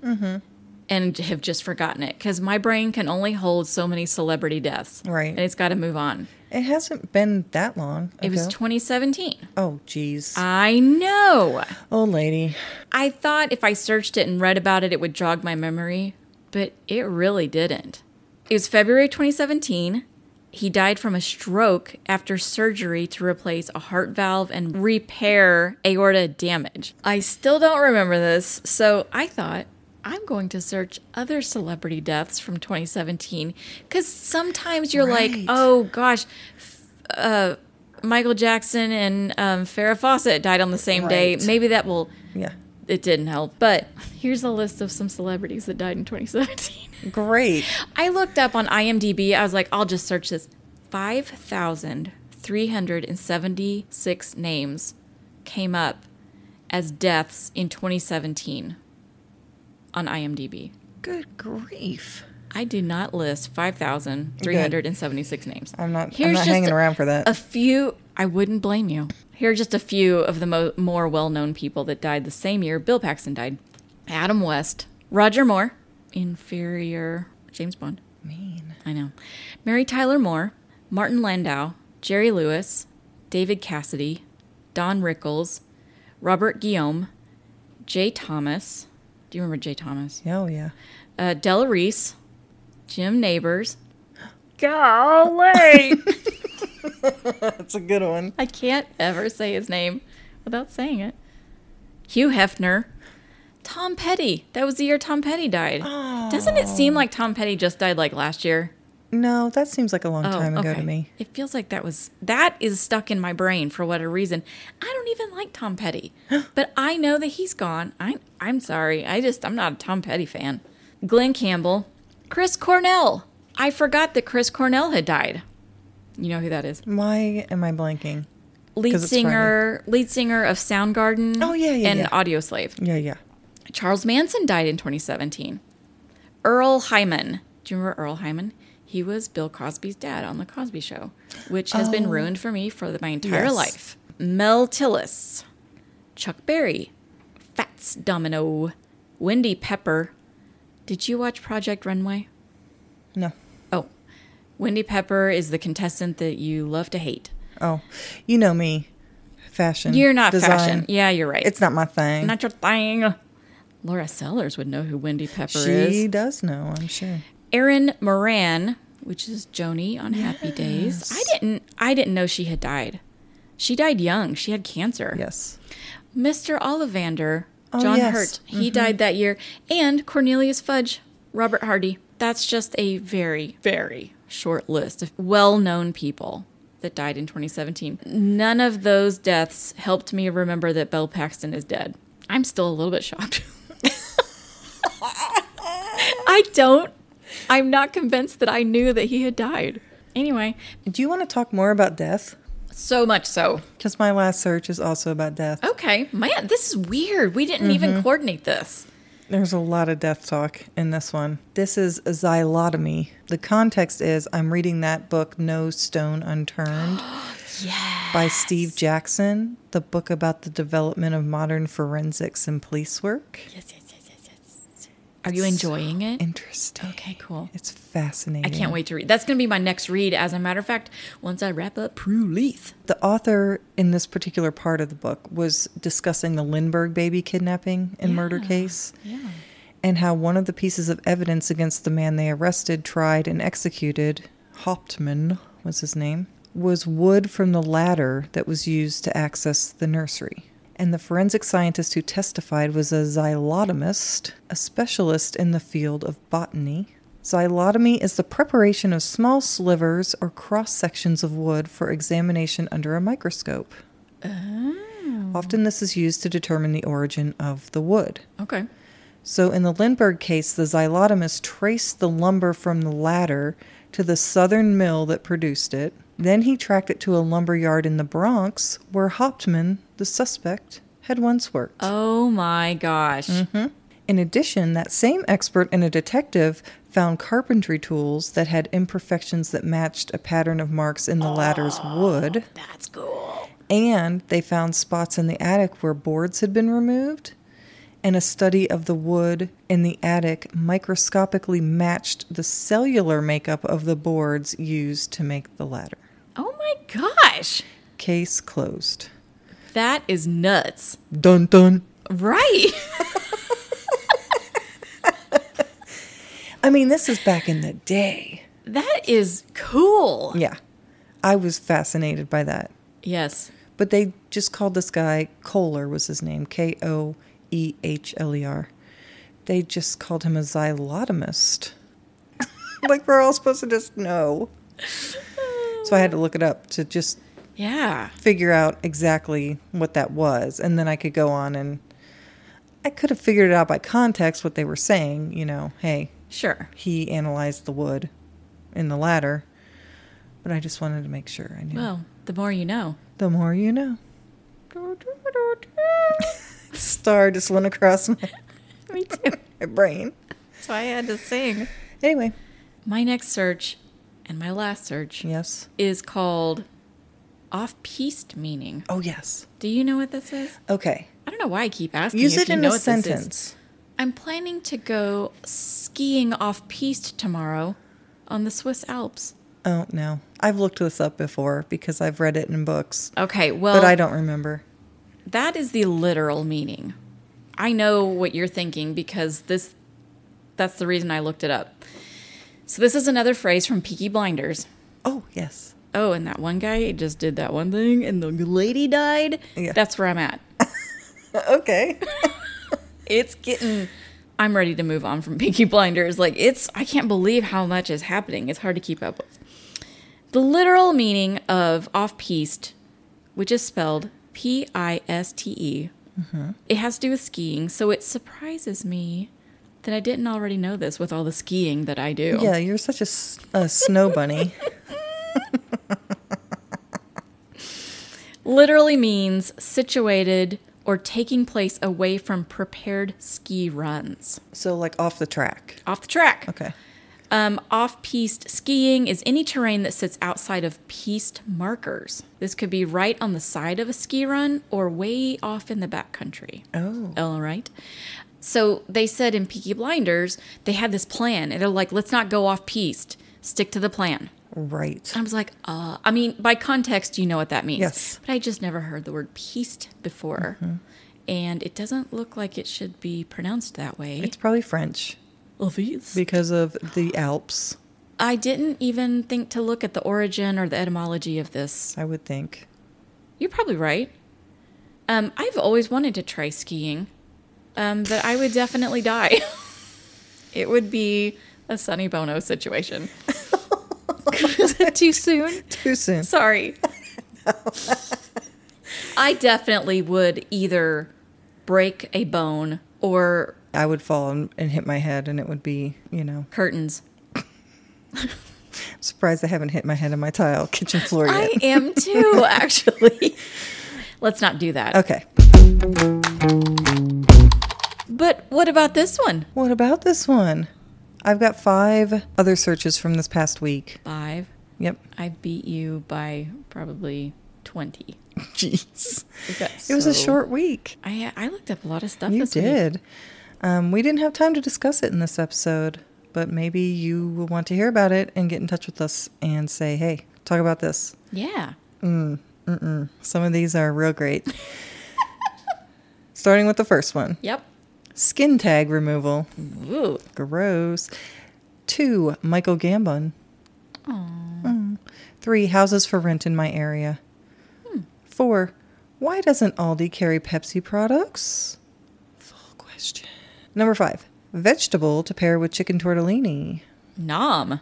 Speaker 1: and have just forgotten it because my brain can only hold so many celebrity deaths,
Speaker 2: Right.
Speaker 1: And it's got to move on.
Speaker 2: It hasn't been that long.
Speaker 1: It was
Speaker 2: ago.
Speaker 1: 2017.
Speaker 2: oh jeez.
Speaker 1: I know.
Speaker 2: Old lady.
Speaker 1: I thought if I searched it and read about it, it would jog my memory, but it really didn't. It was February 2017. He died from a stroke after surgery to replace a heart valve and repair aorta damage. I still don't remember this, so I thought I'm going to search other celebrity deaths from 2017 because sometimes you're like,
Speaker 2: Right.
Speaker 1: oh gosh, f- uh, Michael Jackson and um, Farrah Fawcett died on the same day.
Speaker 2: Right.
Speaker 1: Maybe that will
Speaker 2: Yeah.
Speaker 1: it didn't help. But here's a list of some celebrities that died in 2017.
Speaker 2: Great.
Speaker 1: I looked up on IMDb. I was like, I'll just search this. 5,376 names came up as deaths in 2017 on IMDb.
Speaker 2: Good grief.
Speaker 1: I do not list 5,376 names.
Speaker 2: I'm not I'm not
Speaker 1: just
Speaker 2: hanging around for that.
Speaker 1: A few, I wouldn't blame you. Here are just a few of the mo- more well known people that died the same year Bill Paxton died Adam West, Roger Moore, inferior James Bond.
Speaker 2: mean.
Speaker 1: I know. Mary Tyler Moore, Martin Landau, Jerry Lewis, David Cassidy, Don Rickles, Robert Guillaume, Jay Thomas. Do you remember Jay Thomas?
Speaker 2: Oh yeah.
Speaker 1: Uh, Della Reese, Jim Neighbors. Golly!
Speaker 2: That's a good one.
Speaker 1: I can't ever say his name without saying it. Hugh Hefner. Tom Petty. That was the year Tom Petty died. Doesn't it seem like Tom Petty just died like last year?
Speaker 2: No, that seems like a
Speaker 1: Oh,
Speaker 2: long time ago to me.
Speaker 1: It feels like that was that is stuck in my brain for whatever reason. I don't even like Tom Petty, but I know that he's gone. I I'm sorry. I just I'm not a Tom Petty fan. Glenn Campbell, Chris Cornell. I forgot that Chris Cornell had died. You know who that is?
Speaker 2: Why am I blanking?
Speaker 1: lead
Speaker 2: 'Cause it's
Speaker 1: singer, lead singer of Soundgarden.
Speaker 2: Oh, yeah, yeah,
Speaker 1: and
Speaker 2: yeah.
Speaker 1: Audioslave.
Speaker 2: Yeah, yeah.
Speaker 1: Charles Manson died in 2017. Earl Hyman. Do you remember Earl Hyman? He was Bill Cosby's dad on the Cosby Show, which has been ruined for me for my entire
Speaker 2: Oh. Yes.
Speaker 1: life. Mel Tillis, Chuck Berry, Fats Domino, Wendy Pepper. Did you watch Project Runway?
Speaker 2: No.
Speaker 1: Oh, Wendy Pepper is the contestant that you love to hate.
Speaker 2: Oh. You know me. Fashion.
Speaker 1: You're not
Speaker 2: design.
Speaker 1: fashion. Yeah, you're right.
Speaker 2: It's not my thing.
Speaker 1: Not your thing. Laura Sellers would know who Wendy Pepper
Speaker 2: she
Speaker 1: is.
Speaker 2: does know, I'm sure.
Speaker 1: Erin Moran, which is Joni on Happy Days. I didn't I didn't know she had died. She died young. She had cancer.
Speaker 2: Yes.
Speaker 1: Mr. Ollivander,
Speaker 2: Oh,
Speaker 1: John
Speaker 2: yes.
Speaker 1: Hurt, he died that year. And Cornelius Fudge, Robert Hardy. That's just a very, very short list of well known people that died in 2017. None of those deaths helped me remember that Bill Paxton is dead. I'm still a little bit shocked. I don't, I'm not convinced that I knew that he had died. Anyway,
Speaker 2: Do you want to talk more about death?
Speaker 1: so much so.
Speaker 2: Because my last search is also about death.
Speaker 1: Okay, man, this is weird. We didn't
Speaker 2: Mm-hmm.
Speaker 1: even coordinate this.
Speaker 2: There's a lot of death talk in this one. This is a xylotomy. The context is I'm reading that book, No Stone Unturned,
Speaker 1: Oh, Yeah.
Speaker 2: by Steve Jackson, the book about the development of modern forensics and police work.
Speaker 1: Yes, yes, yes, yes, yes. Are you enjoying it?
Speaker 2: Interesting.
Speaker 1: Okay, cool.
Speaker 2: It's fascinating.
Speaker 1: I can't wait to read. That's going to be my next read. As a matter of fact, once I wrap up Prue Leith.
Speaker 2: The author in this particular part of the book was discussing the Lindbergh baby kidnapping and murder
Speaker 1: Yeah.
Speaker 2: case.
Speaker 1: Yeah.
Speaker 2: and how one of the pieces of evidence against the man they arrested, tried, and executed Hauptmann was his name, was wood from the ladder that was used to access the nursery. And the forensic scientist who testified was a xylotomist, a specialist in the field of botany. Xylotomy is the preparation of small slivers or cross sections of wood for examination under a microscope.
Speaker 1: Oh.
Speaker 2: Often, this is used to determine the origin of the wood.
Speaker 1: Okay.
Speaker 2: So, in the Lindbergh case, the xylotomist traced the lumber from the ladder to the southern mill that produced it. Then he tracked it to a lumber yard in the Bronx where Hauptman, the suspect, had once worked.
Speaker 1: Oh my gosh.
Speaker 2: In addition, that same expert and a detective found carpentry tools that had imperfections that matched a pattern of marks in the ladder's wood,
Speaker 1: That's cool.
Speaker 2: and they found spots in the attic where boards had been removed. And a study of the wood in the attic microscopically matched the cellular makeup of the boards used to make the ladder.
Speaker 1: Oh my gosh.
Speaker 2: Case closed.
Speaker 1: That is nuts.
Speaker 2: Dun dun.
Speaker 1: Right.
Speaker 2: I mean, this is back in the day.
Speaker 1: that is cool.
Speaker 2: Yeah. I was fascinated by that.
Speaker 1: Yes.
Speaker 2: But they just called this guy Kohler was his name, K O E H L E R. They just called him a xylotomist. like we're all supposed to just know. So I had to look it up to just
Speaker 1: Yeah.
Speaker 2: figure out exactly what that was, and then I could go on and I could have figured it out by context what they were saying. You know, hey,
Speaker 1: Sure.
Speaker 2: he analyzed the wood in the ladder, but I just wanted to make sure I knew.
Speaker 1: Well, the more you know.
Speaker 2: The more you know. Star just went across my,
Speaker 1: Me too.
Speaker 2: my brain.
Speaker 1: That's why I had to sing.
Speaker 2: Anyway,
Speaker 1: My next search and my last search
Speaker 2: yes.
Speaker 1: is called off piste meaning.
Speaker 2: Oh, yes.
Speaker 1: Do you know what this is?
Speaker 2: Okay.
Speaker 1: I don't know why I keep asking.
Speaker 2: Use
Speaker 1: if
Speaker 2: it
Speaker 1: you
Speaker 2: in
Speaker 1: know
Speaker 2: a
Speaker 1: what this is.
Speaker 2: sentence.
Speaker 1: I'm planning to go skiing off piste tomorrow on the Swiss Alps.
Speaker 2: Oh, no. I've looked this up before because I've read it in books,
Speaker 1: Okay, well,
Speaker 2: but I don't remember.
Speaker 1: that is the literal meaning. I know what you're thinking because this that's the reason I looked it up. So this is another phrase from Peaky Blinders.
Speaker 2: Oh, yes.
Speaker 1: Oh, and that one guy just did that one thing and the lady died.
Speaker 2: Yeah.
Speaker 1: That's where I'm at.
Speaker 2: Okay.
Speaker 1: It's getting I'm ready to move on from Peaky Blinders. Like it's I can't believe how much is happening. It's hard to keep up with. The literal meaning of off piste, which is spelled P I S T E,
Speaker 2: Mm-hmm.
Speaker 1: it has to do with skiing, so it surprises me that I didn't already know this with all the skiing that I do.
Speaker 2: yeah, you're such a, s- a snow bunny.
Speaker 1: Literally means situated or taking place away from prepared ski runs.
Speaker 2: so, like, off the track.
Speaker 1: Off the track.
Speaker 2: Okay.
Speaker 1: Um, off piste skiing is any terrain that sits outside of piste markers. This could be right on the side of a ski run or way off in the backcountry.
Speaker 2: Oh.
Speaker 1: All right. So they said in Peaky Blinders, they had this plan. And they're like, let's not go off piste, stick to the plan.
Speaker 2: Right.
Speaker 1: I was like, uh, I mean, by context, you know what that means.
Speaker 2: Yes. Mm-hmm.
Speaker 1: But I just never heard the word piste before. And it doesn't look like it should be pronounced that way.
Speaker 2: It's probably French
Speaker 1: Of ease.
Speaker 2: because of the Alps,
Speaker 1: I didn't even think to look at the origin or the etymology of this.
Speaker 2: I would think.
Speaker 1: You're probably right. Um, I've always wanted to try skiing, um, but I would definitely die. it would be a Sunny Bono situation. Is it too soon?
Speaker 2: Too soon.
Speaker 1: Sorry. I definitely would either break a bone or
Speaker 2: I would fall and, and hit my head, and it would be, you know,
Speaker 1: curtains.
Speaker 2: surprised I haven't hit my head on my tile kitchen floor yet.
Speaker 1: I am too, actually. Let's not do that.
Speaker 2: okay.
Speaker 1: But what about this one?
Speaker 2: What about this one? I've got five other searches from this past week.
Speaker 1: Five.
Speaker 2: Yep.
Speaker 1: I beat you by probably 20.
Speaker 2: Jeez.
Speaker 1: We've got
Speaker 2: It was a
Speaker 1: so-
Speaker 2: short week.
Speaker 1: I, I looked up a lot of stuff
Speaker 2: You
Speaker 1: this week.
Speaker 2: did. Um, we didn't have time to discuss it in this episode, but maybe you will want to hear about it and get in touch with us and say, hey, talk about this.
Speaker 1: Yeah.
Speaker 2: Some of these are real great. Starting with the first one
Speaker 1: Yep.
Speaker 2: skin tag removal.
Speaker 1: Ooh.
Speaker 2: Gross. Two, Michael Gambon Mm. Three, houses for rent in my area. Four, why doesn't Aldi carry Pepsi products? Full question. Number five, vegetable to pair with chicken tortellini.
Speaker 1: Nom.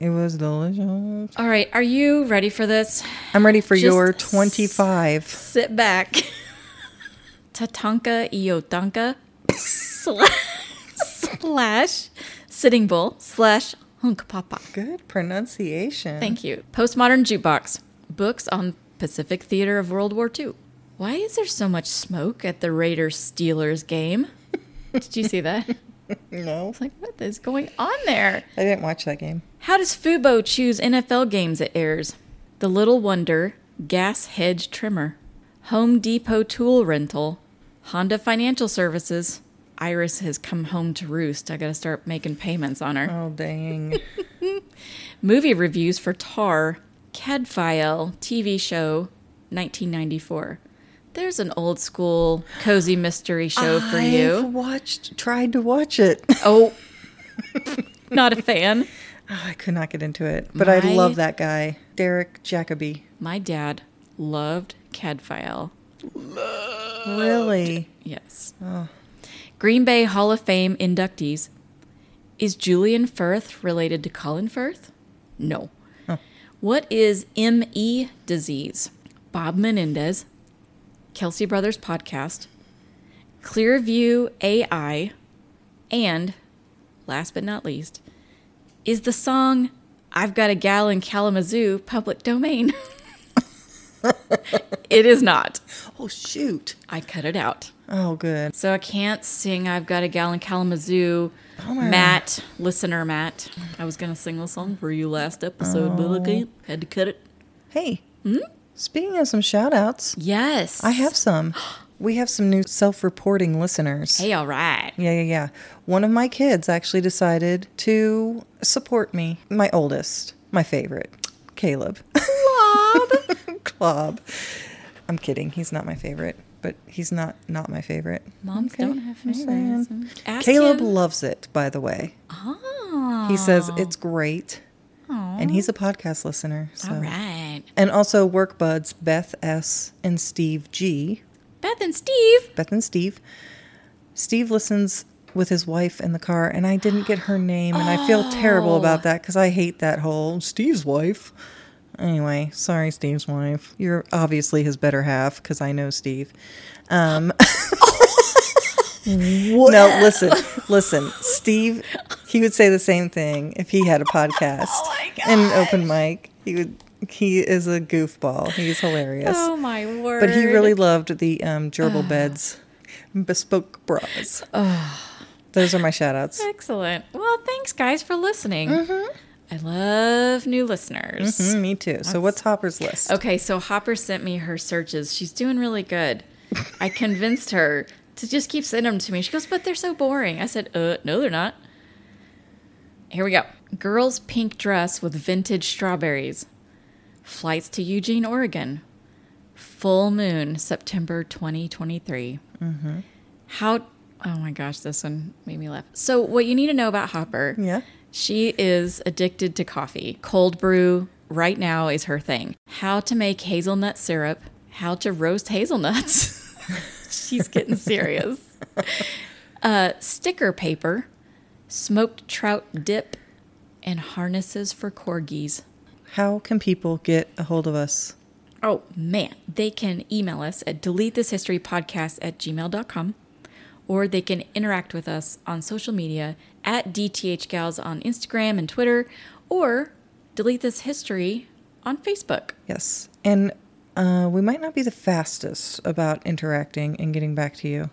Speaker 2: It was delicious.
Speaker 1: All right, are you ready for this?
Speaker 2: I'm ready for
Speaker 1: Just
Speaker 2: your
Speaker 1: s-
Speaker 2: 25.
Speaker 1: Sit back. Tatanka Iotanka slash, slash Sitting Bull slash Hunk Papa.
Speaker 2: Good pronunciation.
Speaker 1: Thank you. Postmodern Jukebox. Books on Pacific Theater of World War II. Why is there so much smoke at the Raiders Steelers game? Did you see that? It's
Speaker 2: No,
Speaker 1: like, what is going on there?
Speaker 2: I didn't watch that game.
Speaker 1: How does Fubo choose NFL games it airs? The Little Wonder, Gas Hedge Trimmer, Home Depot Tool Rental, Honda Financial Services. Iris has come home to roost. I gotta start making payments on her.
Speaker 2: Oh, dang.
Speaker 1: Movie reviews for Tar, Cadfael TV show, 1994. There's an old school cozy mystery show for
Speaker 2: I've
Speaker 1: you.
Speaker 2: watched, tried to watch it.
Speaker 1: Oh, not a fan.
Speaker 2: Oh, I could not get into it, but I
Speaker 1: My-
Speaker 2: love that guy, Derek Jacobi.
Speaker 1: My dad loved Cadfael.
Speaker 2: Really?
Speaker 1: Yes. Green Bay Hall of Fame inductees. Is Julian Firth related to Colin Firth? No. What is ME disease? Bob Menendez, Kelsey Brothers Podcast, Clearview AI, and last but not least, is the song I've Got a Gal in Kalamazoo public domain? it is not.
Speaker 2: Oh shoot!
Speaker 1: I cut it out.
Speaker 2: Oh good.
Speaker 1: So I can't sing I've Got a Gal in Kalamazoo.
Speaker 2: Oh
Speaker 1: Matt, listener Matt. I was going to sing the song for you last episode, but I
Speaker 2: Oh.
Speaker 1: can't. Had to cut it.
Speaker 2: Hey, speaking of some shout outs,
Speaker 1: Yes.
Speaker 2: I have some. We have some new self reporting listeners.
Speaker 1: Hey, all right.
Speaker 2: Yeah, yeah, yeah. One of my kids actually decided to support me. My oldest, my favorite, Caleb. Clob. Clob. I'm kidding. He's not my favorite, but he's not not my favorite.
Speaker 1: Moms
Speaker 2: Okay,
Speaker 1: don't have
Speaker 2: I'm
Speaker 1: favorites.
Speaker 2: saying.
Speaker 1: Ask
Speaker 2: Caleb
Speaker 1: him.
Speaker 2: loves it, by the way.
Speaker 1: Oh.
Speaker 2: He says it's great. And he's a podcast listener. So.
Speaker 1: All right.
Speaker 2: And also work buds Beth S. and Steve G.
Speaker 1: Beth and Steve.
Speaker 2: Beth and Steve. Steve listens with his wife in the car, and I didn't get her name, and I feel terrible about that because I hate that whole Steve's wife. Anyway, sorry, Steve's wife. You're obviously his better half because I know Steve. Um, no, listen, listen. Steve, he would say the same thing if he had a podcast and an open mic. He would. He is a goofball. He's hilarious.
Speaker 1: Oh, my word.
Speaker 2: But he really loved the um, gerbil
Speaker 1: Ah.
Speaker 2: beds, bespoke bras.
Speaker 1: Ah.
Speaker 2: Those are my shout outs.
Speaker 1: Excellent. Well, thanks, guys, for listening.
Speaker 2: Mm-hmm.
Speaker 1: I love new listeners.
Speaker 2: Mm, me too. So, what's Hopper's list?
Speaker 1: Okay, so Hopper sent me her searches. She's doing really good. I convinced her to just keep sending them to me. She goes, "But they're so boring." I said, "Uh, no, they're not." Here we go. Girl's pink dress with vintage strawberries. Flights to Eugene, Oregon. Full moon, September 2023. How? Oh my gosh, this one made me laugh. So, what you need to know about Hopper?
Speaker 2: Yeah.
Speaker 1: She is addicted to coffee. Cold brew right now is her thing. How to make hazelnut syrup, how to roast hazelnuts. She's getting serious. Uh, sticker paper, smoked trout dip, and harnesses for corgis.
Speaker 2: How can people get a hold of us?
Speaker 1: Oh man, they can email us at deletethishistorypodcast at gmail.com or they can interact with us on social media at DTHgals on Instagram and Twitter or delete this history on Facebook.
Speaker 2: Yes. And uh, we might not be the fastest about interacting and getting back to you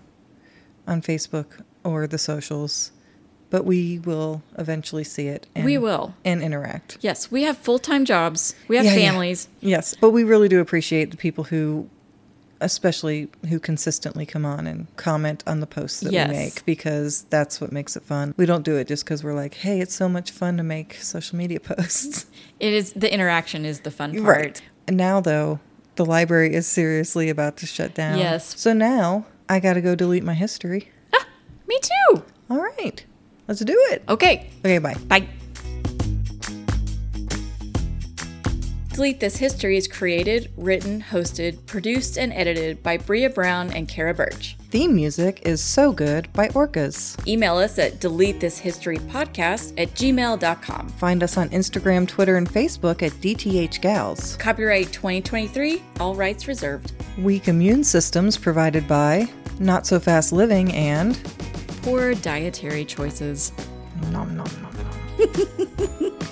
Speaker 2: on Facebook or the socials, but we will eventually see it. And,
Speaker 1: We will.
Speaker 2: And interact.
Speaker 1: Yes, we have full time jobs, we have
Speaker 2: Yeah, yeah.
Speaker 1: families.
Speaker 2: Yes, but we really do appreciate the people who, especially who consistently come on and comment on the posts that
Speaker 1: Yes.
Speaker 2: we make because that's what makes it fun. We don't do it just because we're like, hey, it's so much fun to make social media posts.
Speaker 1: It is the interaction is the fun part.
Speaker 2: And now, though, the library is seriously about to shut down.
Speaker 1: Yes.
Speaker 2: So now I got to go delete my history.
Speaker 1: Me too.
Speaker 2: All right, let's do it.
Speaker 1: Okay.
Speaker 2: Okay, bye.
Speaker 1: Bye. Delete This History is created, written, hosted, produced, and edited by Bria Brown and Kara Birch.
Speaker 2: Theme music is So Good by Orcas.
Speaker 1: Email us at deletethishistorypodcast at gmail.com.
Speaker 2: Find us on Instagram, Twitter, and Facebook at DTH Gals.
Speaker 1: Copyright 2023, all rights reserved.
Speaker 2: Weak immune systems provided by Not So Fast Living and
Speaker 1: Poor dietary choices.
Speaker 2: Nom Nom Nom Nom.